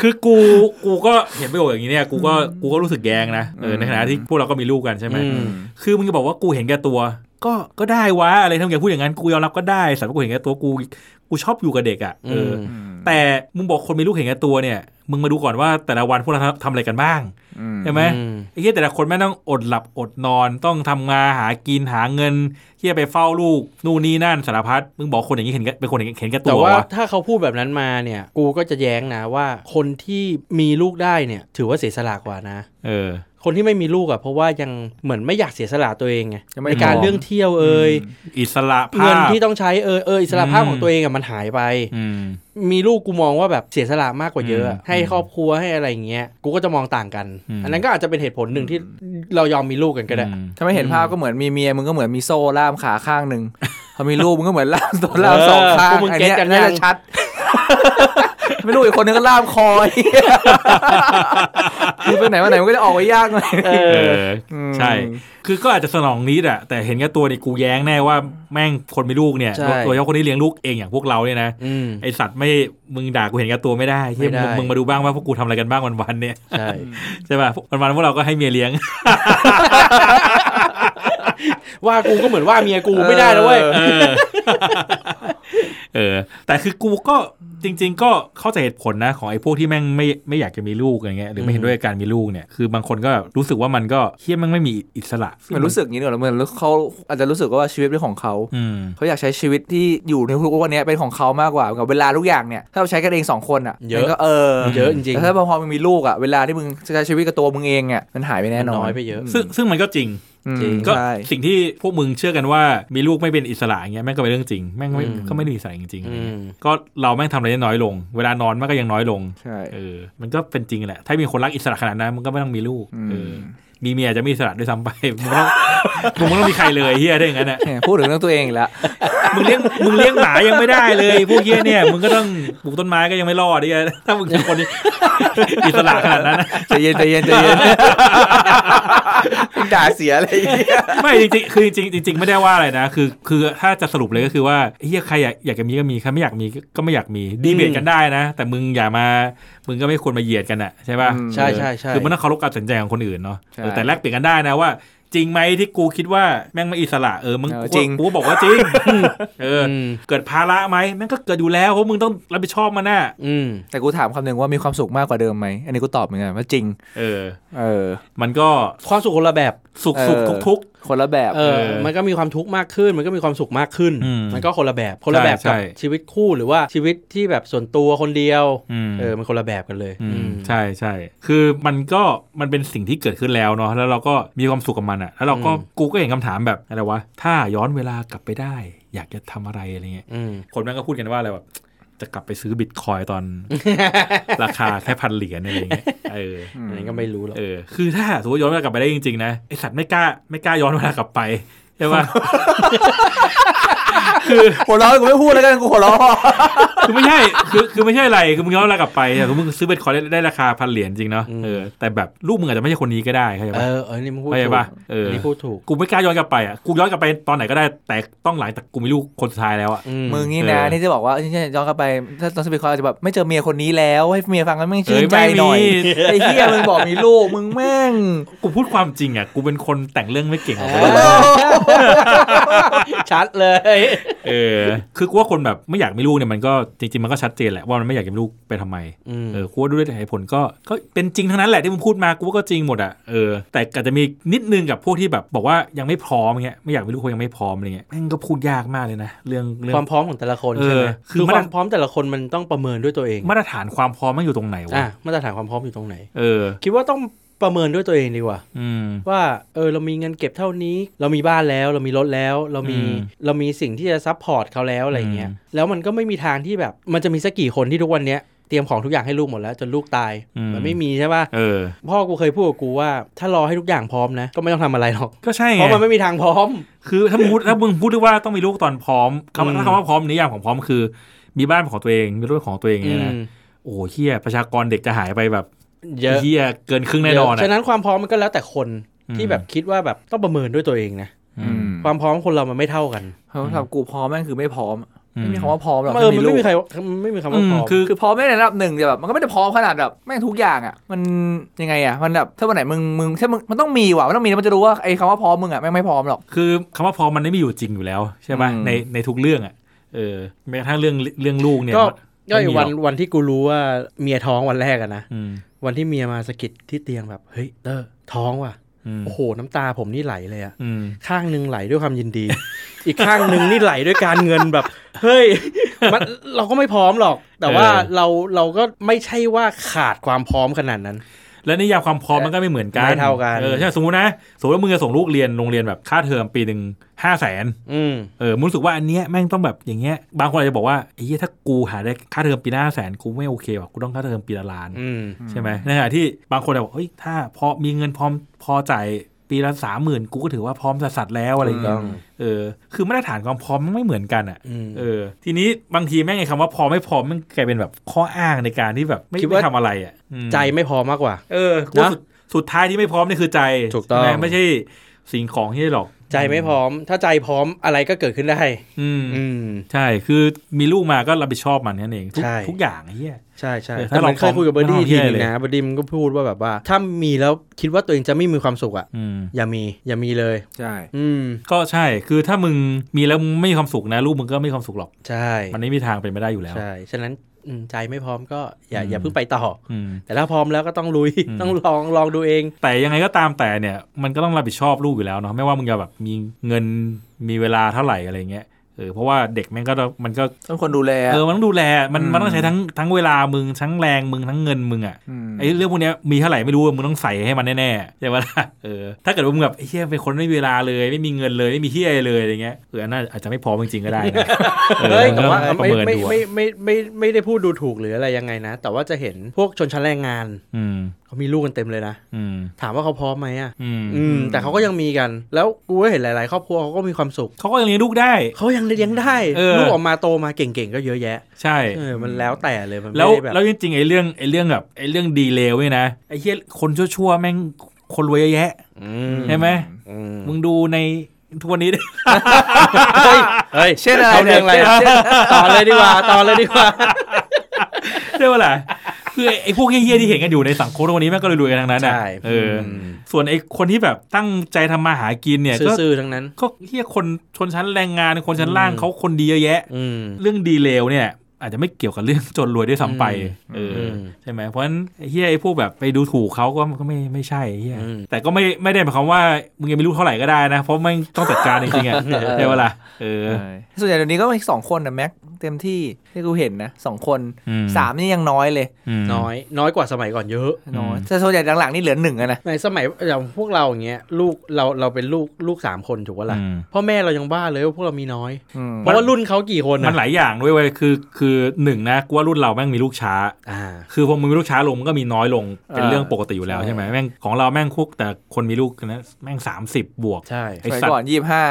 Speaker 1: คือกูกูก็เห็นประโยคอย่างนี้เนี่ยกูก็กูก็รู้สึกแยงนะเออในขณะที่พวกเราก็มีลูกกันใช่ไหม
Speaker 3: อืม
Speaker 1: คือมึงจะบอกว่ากูเห็นแก่ตัว ก็ก็ได้วะอะไรทำไงพูดอย่างนั้นกูยอมรับก็ได้สำหรับกูเห็นแก่ตัวกูกูชอบอยู่กับเด็กอ่ะเอออ
Speaker 3: ม
Speaker 2: อืม
Speaker 1: แต่มึงบอกคนมีลูกเห็นแก่ตัวเนี่ย มึงมาดูก่อนว่าแต่ละวันพวกเราทำทำอะไรกันบ้าง
Speaker 2: อืม
Speaker 1: ใช่ไหม
Speaker 3: อืม
Speaker 1: ไอ้เหี้ยแต่ละคนแม่งต้องอดหลับอดนอนต้องทำงานหากินหาเงินเหี้ยไปเฝ้าลูกนู่นนี่นั่นสารพัดมึงบอกคนอย่างนี้เห็นแก่เป็นคนเห็นเห็นแก่ตั
Speaker 3: แต่
Speaker 1: ว
Speaker 3: ว่าว
Speaker 1: ะ
Speaker 3: ถ้าเขาพูดแบบนั้นมาเนี่ย กูก็จะแย้งนะว่า คนที่มีลูกได้เนี่ย ถือว่าเสียสละกว่านะ
Speaker 1: เออ
Speaker 3: คนที่ไม่มีลูกอะเพราะว่ายังเหมือนไม่อยากเสียสละตัวเองไง
Speaker 2: ยัง
Speaker 3: ใน
Speaker 2: ไม่ได้
Speaker 3: การ
Speaker 2: ม
Speaker 3: เรื่องเที่ยวเอ่ย
Speaker 1: อิสระภาพ
Speaker 3: เงินที่ต้องใช้เอ่ยเอออิสระภาพของตัวเองอะมันหายไป
Speaker 1: อืม
Speaker 3: มีลูกกูมองว่าแบบเสียสละมากกว่าเยอะอะ
Speaker 1: อืม
Speaker 3: ให้ครอบครัวให้อะไรอย่างเงี้ยกูก็จะมองต่างกัน
Speaker 1: อืม
Speaker 3: อันนั้นก็อาจจะเป็นเหตุผลหนึ่งที่เรายอมมีลูกกันก็ได้
Speaker 1: อืม
Speaker 2: ถ้าไม่เห็นภาพก็เหมือนมีเมียมึงก็เหมือนมีโซ่ล่ามขาข้างหนึ่งพอมีลูกมึงก็เหมือนล่ามตัวล่ามสองข้าง
Speaker 3: เออพวกมึง
Speaker 2: อัน
Speaker 3: เก็ต
Speaker 2: เนี้ย
Speaker 3: กันยัง
Speaker 2: น่าจะชัด ไม่รู้อีกคนนึงก็ล่ามคอไอ้ เหี้ยคือไปไหนมาไหนมันก็จะออกไปยากหน่อย
Speaker 3: เอ
Speaker 1: เอ
Speaker 3: อ
Speaker 1: อ ใช่ คือก็อาจจะสนองนิดอะแต่เห็นแก่ตัวเนี่ยกูแย้งแน่ว่าแม่งคนมีลูกเนี่ย
Speaker 3: ใช่
Speaker 1: โดยเฉพาะคนที่เลี้ยงลูกเองอย่างพวกเราเนี่ยนะ
Speaker 3: อืม
Speaker 1: ไอสัตว์ไม่มึงด่ากูเห็นแก่ตัวไม่ได้ที่
Speaker 3: ไม่ได้
Speaker 1: มึงมึงมาดูบ้างว่าพวกกูทำอะไรกันบ้างวันๆเนี่ย
Speaker 3: ใช่
Speaker 1: ใช่ป่ะวันวันๆพวกเราก็ให้เมียเลี้ยง
Speaker 3: ว่ากูก็เหมือนว่าเมียกูไม่ได้นะเว้ย
Speaker 2: เอ
Speaker 1: เออ เออ แต่คือกูก็จริง ๆ ก็เข้าใจเหตุผลนะของไอ้พวกที่แม่งไม่ไม่อยากจะมีลูกอะไรเงี้ยหรือไม่เห็นด้วยกับการมีลูกเนี่ยคือบางคนก็รู้สึกว่ามันก็เฮี้ยแม่งไม่มีอิสระ
Speaker 2: เหมือนรู้สึกอย่างนี้เหรอเหมือนเขาอาจจะรู้สึกว่าชีวิตเป็นของเขา
Speaker 1: อืม
Speaker 2: เขาอยากใช้ชีวิตที่อยู่ในทุกวันเนี้ยเป็นของเขามากกว่ากับเวลาทุกอย่างเนี่ยถ้าเราใช้กันเองสองคนอ่ะ
Speaker 3: เยอะ
Speaker 2: มันก็เออ
Speaker 3: เยอะจริง
Speaker 2: แต่
Speaker 3: ๆ
Speaker 2: ถ้าพอมึงมีลูกอ่ะเวลาที่มึงจะใช้ชีวิตกับตัวมึงเองเนี่ยมันหายไปแน่นอน
Speaker 3: น้อยไปเยอะ
Speaker 1: ซึ่งซึ่งมันก็จริง
Speaker 2: อืม
Speaker 3: จริง
Speaker 1: ก็
Speaker 2: ใช่
Speaker 1: สิ่งที่พวกมึงเชื่อกันว่ามีลูกไม่เป็นอิสระอย่างเงี้ยแม่งก็เป็นเรื่องจริงแม่งไม่
Speaker 3: อืม
Speaker 1: ก็ไม่ได้มีอิสระจริงๆอะไร
Speaker 3: อื
Speaker 1: เงี้ย
Speaker 3: ม
Speaker 1: ก็เราแม่งทำอะไรได้น้อยลง เวลานอนมันก็ยังน้อยลง
Speaker 2: ใช่
Speaker 1: เออ มันก็เป็นจริงแหละ ถ้ามีคนรักอิสระขนาดนั้นมันก็ไม่ต้องมีลูกเออมีเมียอาจจะไม่อิสระด้วยซ้ำไป มึงไม่ต้อง มึงไม่ต้องมีใครเลยเฮียได้อย่างนั้นอ่ะ
Speaker 2: แหมพูดถึงเรื่องตัวเองอีกแล้ว
Speaker 1: มึงเลี้ยงมึงเลี้ยงหมายังไม่ได้เลยพวกเฮียเนี่ยมึงก็ต้องปลูกต้นไม้ก็ยังไม่รอดเฮียถ้ามึงเป็นคนที่ อิสระขนาดนั้นนะ
Speaker 2: ใจเย็นใจเย็นใจ เย็น ด่าเสียอะไรอย่างเงี้ย
Speaker 1: ไม่จริงๆคือจริงๆจริงๆไม่ได้ว่าอะไรนะ คือ คือถ้าจะสรุปเลยก็คือว่าเฮียใครอยากอยากจะมีก็มีใครไม่อยากมีก็ก็ไม่อยากมีดีเบตกันได้นะ แต่มึงอย่ามามึงก็ไม่ควรมาเหยียดกันอะใช่ป่ะ
Speaker 3: ใช่ใช่ใช่
Speaker 1: คือมันต้องเคารพการตัดสินใจของคนอื่นเนาะ
Speaker 2: ใช่
Speaker 1: เออแต่แลกเปลี่ยนกันได้นะว่า จริงไหมที่กูคิดว่าแม่งไม่อิสระเออมึง
Speaker 2: เออ
Speaker 1: กูก็
Speaker 2: จริง
Speaker 1: กูก็บอกว่าจริงเอออ
Speaker 3: ม
Speaker 1: เกิดภาระไหมแม่งก็เกิดอยู่แล้วเพราะมึงต้องรับผิดชอบมันน่ะ
Speaker 3: อืม
Speaker 2: แต่กูถามคำหนึ่งว่ามีความสุขมากกว่าเดิมไหมอันนี้กูตอบเหมือนกันว่าจริง
Speaker 1: เออ
Speaker 2: เออ
Speaker 1: มันก็
Speaker 3: ความสุขคนละแบบ
Speaker 1: สุข
Speaker 2: เอ
Speaker 1: สุข
Speaker 2: อ
Speaker 1: ทุกทุก
Speaker 2: คนละแบบ
Speaker 3: เออ
Speaker 1: เออ
Speaker 3: มันก็มีความทุกข์มากขึ้น มันก็มีความสุขมากขึ้น
Speaker 1: อืม
Speaker 3: มันก็คนละแบบ คนละแบบ
Speaker 1: ใช่
Speaker 3: กับ
Speaker 1: ใช่
Speaker 3: ชีวิตคู่หรือว่าชีวิตที่แบบส่วนตัวคนเดียว
Speaker 1: ๆอืม
Speaker 3: เออ มันคนละแบบกันเลย
Speaker 1: อืม
Speaker 3: อืม
Speaker 1: ใช่ใช่ คือมันก็มันเป็นสิ่งที่เกิดขึ้นแล้วเนาะ แล้วเราก็มีความสุขกับมันอะแล้วเราก็
Speaker 3: อืม
Speaker 1: กูก็เห็นคำถามแบบอะไรวะ ถ้าย้อนเวลากลับไปได้ อยากจะทำอะไรอะไรเงี้ย
Speaker 3: อืม
Speaker 1: คนแม่งก็พูดกันว่าอะไรแบบจะกลับไปซื้อบิตคอยน์ ตอน ราคาแค่พันเหรียญอะไรเงี้ย เออ
Speaker 3: อันนี้ก็ไม่รู้หรอก
Speaker 1: เออ คือถ้าสมมติย้อนเวลากลับไปได้จริงๆนะไอสัตว์ไม่กล้าไม่กล้าย้อนเวลากลับไปใช่ ปะ
Speaker 2: หัวเราะกูไม่พูดแล้วกันกูหัวเราะ
Speaker 1: คือไม่ใช่คือคือไม่ใช่อะไรคือมึงย้อนเวลากลับไปอะคือมึงซื้อบิตคอยน์ได้ได้ราคาพันเหรียญจริงเนาะ เออ แต่แบบลูกมึงอาจจะไม่ใช่คนนี้ก็ได้เข้าใจ
Speaker 3: เอ
Speaker 1: ปะ
Speaker 3: อ เออ นี่มึงพูด
Speaker 1: เข้าใจ
Speaker 3: ถูก
Speaker 1: ปะเออ
Speaker 3: นนี่พูดถูก
Speaker 1: กูไม่กล้าย้อนกลับไปอ่ะ กูย้อนกลับไปตอนไหนก็ได้ แต่ต้องหลังจากกูมีลูกคนสุดท้ายแล้วอ่ะ
Speaker 3: อื
Speaker 2: มึงนี่นะ
Speaker 1: เออ
Speaker 2: ที่จะบอกว่าเอ้ยย้อนกลับไปถ้าตอนสปีดคอร์จะแบบไม่เจอเมียคนนี้แล้วให้เมียฟังแล้วไม่งชื่นใจหน่อย
Speaker 1: เ
Speaker 2: ไอ้เฮียมึงบอกมีลูกมึงแม่ง
Speaker 1: กูพูดความจริงอ่ะ กูเป็นคนแต่งเรื่องไม่เก่งหรอก
Speaker 3: เออ ชัดเลย
Speaker 1: เออ คือกูว่าคนแบบไม่อยากมีลูกเนี่ยมันก็จริง ๆ มันก็ชัดเจนแหละว่ามันไม่อยากมีลูกไปทำไม
Speaker 3: อืม
Speaker 1: เออกูว่าด้วยเหตุผลก็ก็เป็นจริงทั้งนั้นแหละที่มึงพูดมากูว่าก็จริงหมดอ่ะ เออ แต่อาจจะมีนิดนึงกับพวกที่แบบบอกว่ายังไม่พร้อมเงี้ย ไม่อยากมีลูกคนยังไม่พร้อมอะไรเงี้ย แม่งก็พูดยากมากเลยนะ เรื่องเรื่อ
Speaker 3: ค
Speaker 1: ง
Speaker 3: วามพร้อมของแต่ละคนใช่ไหม
Speaker 1: เออคื
Speaker 3: คือ อ
Speaker 1: มา
Speaker 3: ค
Speaker 1: ตร
Speaker 3: วามพร้อมแต่ละคนมันต้องประเมินด้วยตัวเอง
Speaker 1: มาตรฐานความพร้อมมันอยู่ตรงไหนวะ
Speaker 3: อ่ะ มาตรฐานความพร้อมอยู่ตรงไหน
Speaker 1: เออ
Speaker 3: คิดว่าต้องประเมินด้วยตัวเองดีกว่า
Speaker 1: อืม
Speaker 3: ว่าเออเรามีเงินเก็บเท่านี้ เรามีบ้านแล้ว เรามีรถแล้ว เรามี
Speaker 1: อืม
Speaker 3: เรามีสิ่งที่จะซัพพอร์ตเขาแล้วอะไรเงี้ย
Speaker 1: อืม
Speaker 3: แล้วมันก็ไม่มีทางที่แบบมันจะมีสักกี่คนที่ทุกวันเนี้ยเตรียมของทุกอย่างให้ลูกหมดแล้วจนลูกตายมันไม่มีใช่ป่ะ
Speaker 1: เออ
Speaker 3: พ่อกูเคยพูดกับกูว่า ถ้ารอให้ทุกอย่างพร้อมนะ ก็ไม่ต้องทำอะไรหรอก
Speaker 1: ก็ใช่ไง
Speaker 3: เพราะมันไม่มีทางพร้อม
Speaker 1: คือถ้ามึงพูดถ้ามึงพูดได้ว่าต้องมีลูกตอนพร้อมคำว่า
Speaker 3: อืม
Speaker 1: ถ้าคำว่าพร้อมนิยามของพร้อมคือ มีบ้านของตัวเองมีรถของตัวเองเนี่ยนะ
Speaker 3: อืม
Speaker 1: โอ้โหเฮียประชากรเด็กจะหายไปแบบ
Speaker 3: เยอะ
Speaker 1: เฮียเกินครึ่งแน่นอน
Speaker 3: เยะฉะ
Speaker 1: อ่ะ
Speaker 3: นั้นความพร้อมมันก็แล้วแต่คน
Speaker 1: อืม
Speaker 3: ที่แบบคิดว่าแบบต้องประเมินด้วยตัวเองนะ
Speaker 1: อืม
Speaker 3: ความพร้อมคนเรามันไม่เท่ากัน
Speaker 2: เพราะสำหรับกูพร้อมแม่งคือไม่พร้อม
Speaker 1: อื
Speaker 2: ไม่มีคำว่าพร้อมหรอก
Speaker 3: เออมัน
Speaker 2: ลู
Speaker 3: ไม่
Speaker 2: ก
Speaker 3: มีใครมันไม่มีคำว่า
Speaker 1: อืม
Speaker 3: พอ
Speaker 1: คือ
Speaker 2: คือพร้อมไม่ในระดับหนึ่งแต่แบบมันก็ไม่ได้พร้อมขนาดแบบแม่งทุกอย่างอ่ะ มันยังไงอ่ะมันแบบถ้าวันไหนมึงมึงถ้ามึงมันต้องมีว่ะมันต้องมีแล้วมันจะรู้ว่าไอ้คำว่าพร้อมมึงอ่ะแม่งไม่พร้อมหรอก
Speaker 1: คือคำว่าพอมันไม่มีอยู่จริงอยู่แล้วใช่ไหม
Speaker 2: อืม
Speaker 1: ในในทุกเรื่องอ่ะเออแม้กระทั่งเรื่องเรื่องลูกเนี่ย
Speaker 3: ก็
Speaker 1: มัน
Speaker 3: ก็ไอ้วันวันที่กูรู้ว่าเมียท้องวันแรกอะนะ
Speaker 1: อืม
Speaker 3: วันที่เมียมาสะกิดที่เตียงแบบเฮ้ยเตอร์ท้องว่ะ
Speaker 1: อืม
Speaker 3: โอ้โหน้ำตาผมนี่ไหลเลยอะ
Speaker 1: อืม
Speaker 3: ข้างหนึ่งไหลด้วยความยินดี อีกข้างหนึ่งนี่ไหลด้วยการเงินแบบ เฮ้ย มันเราก็ไม่พร้อมหรอก แต่ว่าเราเราก็ไม่ใช่ว่าขาดความพร้อมขนาดนั้น
Speaker 1: และนิยามความพร้อมมันก็ไม่เหมือนกัน
Speaker 3: ไม่เท่ากัน
Speaker 1: ออใช่สมมตินะสมมติว่ามึงจะส่งลูกเรียนโรงเรียนแบบค่าเทอมปีหนึ่งห้าแสน
Speaker 3: อืม
Speaker 1: เออมึงรู้สึกว่าอันเนี้ยแม่งต้องแบบอย่างเงี้ยบางคนอาจจะบอกว่าไอ้เหี้ยถ้ากูหาได้ค่าเทอมปีหน้าแสนกูไม่โอเคว่ะกูต้องค่าเทอมปีละล้าน
Speaker 3: อืม
Speaker 1: ใช่ไหมในขณะที่บางคนอะบอกเฮ้ยถ้าพอมีเงินพร้อมพอจ่ายปีละสามหมื่นกูก็ถือว่าพร้อมสัสสัสแล้วอะไรอย่างเงี้ย
Speaker 3: ถูกต้อง
Speaker 1: เออ คือมาตรฐานความพร้อมมันไม่เหมือนกันอ่ะ
Speaker 3: อืม
Speaker 1: เออ ทีนี้บางทีแม่งไอ้คำว่าพร้อมไม่พร้อมมันกลายเป็นแบบข้ออ้างในการที่แบบไม่
Speaker 3: คิดว่า
Speaker 1: ไม่ทำอะไรอ่ะอืม
Speaker 3: ใจไม่พอมากกว่า
Speaker 1: เออกูว่าสุดสุดท้ายที่ไม่พร้อมนี่คือใจ
Speaker 3: ถูกต้อง
Speaker 1: ใช่ไหมไม่ใช่สิ่งของที่หรอก
Speaker 3: ใจไม่พร้อม ถ้าใจพร้อมอะไรก็เกิดขึ้นได้
Speaker 1: อืม
Speaker 3: อืม
Speaker 1: ใช่ คือมีลูกมาก็รับผิดชอบมันแค่นั้นเองทุก
Speaker 3: ใช่
Speaker 1: ทุกอย่างไอ้เฮีย
Speaker 3: ใช่ใช่
Speaker 1: เออ
Speaker 3: แต่
Speaker 1: ถ้า
Speaker 3: ผ
Speaker 1: เรา
Speaker 3: มเคยคุยกับเบอร์ดี้
Speaker 1: พร้อม
Speaker 3: ทีหนึ
Speaker 1: เราเที่ยว
Speaker 3: ง
Speaker 1: เลย
Speaker 3: นะเบอร์ดี้มันก็พูดว่าแบบว่า ถ้ามีแล้วคิดว่าตัวเองจะไม่มีความสุขอ่ะ
Speaker 1: อืม
Speaker 3: อย่ามี อย่ามีเลย
Speaker 2: ใช่
Speaker 3: อืม
Speaker 1: ก็ใช่ คือถ้ามึงมีแล้วไม่มีความสุขนะลูกมึงก็ไม่มีความสุขหรอก
Speaker 3: ใช่
Speaker 1: มันไม่มีทางเป็นไปได้อยู่แล้ว
Speaker 3: ใช่ ฉะนั้นอืมใจไม่พร้อมก็อย่า
Speaker 1: อืม
Speaker 3: อย่าเพิ่งไปต่อ
Speaker 1: อืม
Speaker 3: แต่ถ้าพร้อมแล้วก็ต้องลุย
Speaker 1: อืม
Speaker 3: ต้องลองลองดูเอง
Speaker 1: แต่ยังไงก็ตามแต่เนี่ย มันก็ต้องรับผิดชอบลูกอยู่แล้วเนาะไม่ว่ามึงจะแบบมีเงินมีเวลาเท่าไหร่อะไรเงี้ยเออเพราะว่าเด็กแม่งก็ต้องมันก็
Speaker 2: ต้องคนดูแล
Speaker 1: เออมันต้องดูแลมัน
Speaker 2: อืม
Speaker 1: มันต้องใช้ทั้งทั้งเวลามึงทั้งแรงมึงทั้งเงินมึงอ่ะ
Speaker 2: ม
Speaker 1: ไอ้เรื่องพวกเนี้ยมีเท่าไหร่ไม่รู้มึงต้องใส่ให้มันแน่ๆใช่ไหมล่ะเออถ้าเกิดว่ามึงแบบไอ้เฮียเป็นคนไม่มีเวลาเลยไม่มีเงินเลยไม่มีเฮียอะไรเลยอะไรเงี้ยเอออันน่าอาจจะไม่พร้อมจริงๆ ก็ได้นะเออ
Speaker 3: เฮ้ยแต่ว่า
Speaker 1: ต้องประ
Speaker 3: ไม่
Speaker 1: เมิน
Speaker 3: ไม่
Speaker 1: ดูอะ
Speaker 3: ไม่ไม่ไม่ไม่ได้พูดดูถูกหรืออะไรยังไงนะ แต่ว่าจะเห็นพวกชนชั้นแรงงาน
Speaker 1: อืม
Speaker 3: เขามีลูกกันเต็มเลยนะ
Speaker 1: อืม
Speaker 3: ถามว่าเขาพร้อมไหมอ่ะ
Speaker 1: อืม
Speaker 3: อืม แต่เขาก็ยังมีกัน แล้วกูก็เห็นหลาย ๆ ครอบครัวเขาก็มีความสุข
Speaker 1: เขาก็ยังเลี้ยงลูกได้
Speaker 3: เขายังเลี้ยงได้
Speaker 1: เออ
Speaker 3: ลูกออกมาโตมาเก่งๆก็เยอะแยะ
Speaker 1: ใช่
Speaker 3: เออมันแล้วแต่เลยมันไม่
Speaker 1: แล้ว
Speaker 3: ได้แบบ
Speaker 1: แล้วจริงๆไอ้เรื่องไอ้เรื่องแบบไอ้เรื่องดีเลวเนี่ยนะไอ้เหี้ยคนชั่วๆแม่งคนรวยเยอะแยะ
Speaker 3: อืม
Speaker 1: ใช่ไหม
Speaker 3: อืม
Speaker 1: มึงดูในทุกวันนี้
Speaker 3: เฮ้ย
Speaker 2: เช่นอะไร
Speaker 3: าเรื่องอะไร
Speaker 2: เนี่ย
Speaker 3: ต่อเลยดีกว่าต่อเลยดีกว่า
Speaker 1: ได้เวลาคือไอ้พวกเหี้ยๆที่เห็นกันอยู่ในสังคมทุกวันนี้แม่งก็รวยๆกันทั้งนั้นน่ะ
Speaker 3: ใช่
Speaker 1: เอออ
Speaker 3: ม
Speaker 1: ส่วนไอ้คนที่แบบตั้งใจทำมาหากินเนี่ยก็
Speaker 3: ซื่อๆทั้งนั้น
Speaker 1: ก็เหี้ยคนชนชั้นแรงงานคนชั้นล่าง
Speaker 3: อืม
Speaker 1: เขาคนดีเยอะแยะ
Speaker 3: อืม
Speaker 1: เรื่องดีเลวเนี่ย อาจจะไม่เกี่ยวกับเรื่องจนรวยด้วยซ้ำไปเอออ
Speaker 3: ม
Speaker 1: ใช่ไหมเพราะฉะนั้นไอ้เฮียไอ้พวกแบบไปดูถูกเขาก็ก็ไม่ไม่ใช่ไอ้เฮีย
Speaker 3: อืม
Speaker 1: แต่ก็ไม่ไม่ได้หมายความว่ามึงยังไม่รู้เท่าไหร่ก็ได้นะ เพราะไม่งต้องจัดการจริงๆอ่ะ ใช่เวลาเออ
Speaker 2: ส่วนใหญ่เดี๋ยวนี้ก็มีสองคนนะแม็กเต็มที่ที่กูเห็นนะสองคน
Speaker 1: อืม
Speaker 2: สามนี่ยังน้อยเลย
Speaker 1: ม
Speaker 3: น้อย น้อยกว่าสมัยก่อนเยอะ
Speaker 2: น้อย
Speaker 1: อืม
Speaker 2: แต่ส่วนใหญ่หลังๆนี่เหลือหนึ่งอะนะ
Speaker 3: ในสมัยอย่างพวกเราอย่างเงี้ยลูกเราเราเป็นลูกลูกสามคนถูกปะล่ะ
Speaker 1: อืม
Speaker 3: พ่อแม่เรายังบ้าเลยว่าพวกเรามีน้อย
Speaker 2: อืม
Speaker 3: เพราะว่ารุ่นเขากี่คน
Speaker 1: มันห
Speaker 3: อะ
Speaker 1: ลายอย่างด้วยเว้ยคือคือหนึ่งนะกูว่ารุ่นเราแม่งมีลูกช้า
Speaker 3: อ่า
Speaker 1: คือพอมึงมีลูกช้าลงมันก็มีน้อยลงเป็นเรื่องปกติอยู่แล้ว
Speaker 3: ใช่
Speaker 1: ใช่ไหมแม่งของเราแม่งคุกแต่คนมีลูกนะแม่งสามสิบบวก
Speaker 3: ใช่
Speaker 2: ส
Speaker 1: ไอ้
Speaker 2: มัย
Speaker 1: สัต
Speaker 2: ก่อน
Speaker 1: ว์
Speaker 2: ยี่ห้า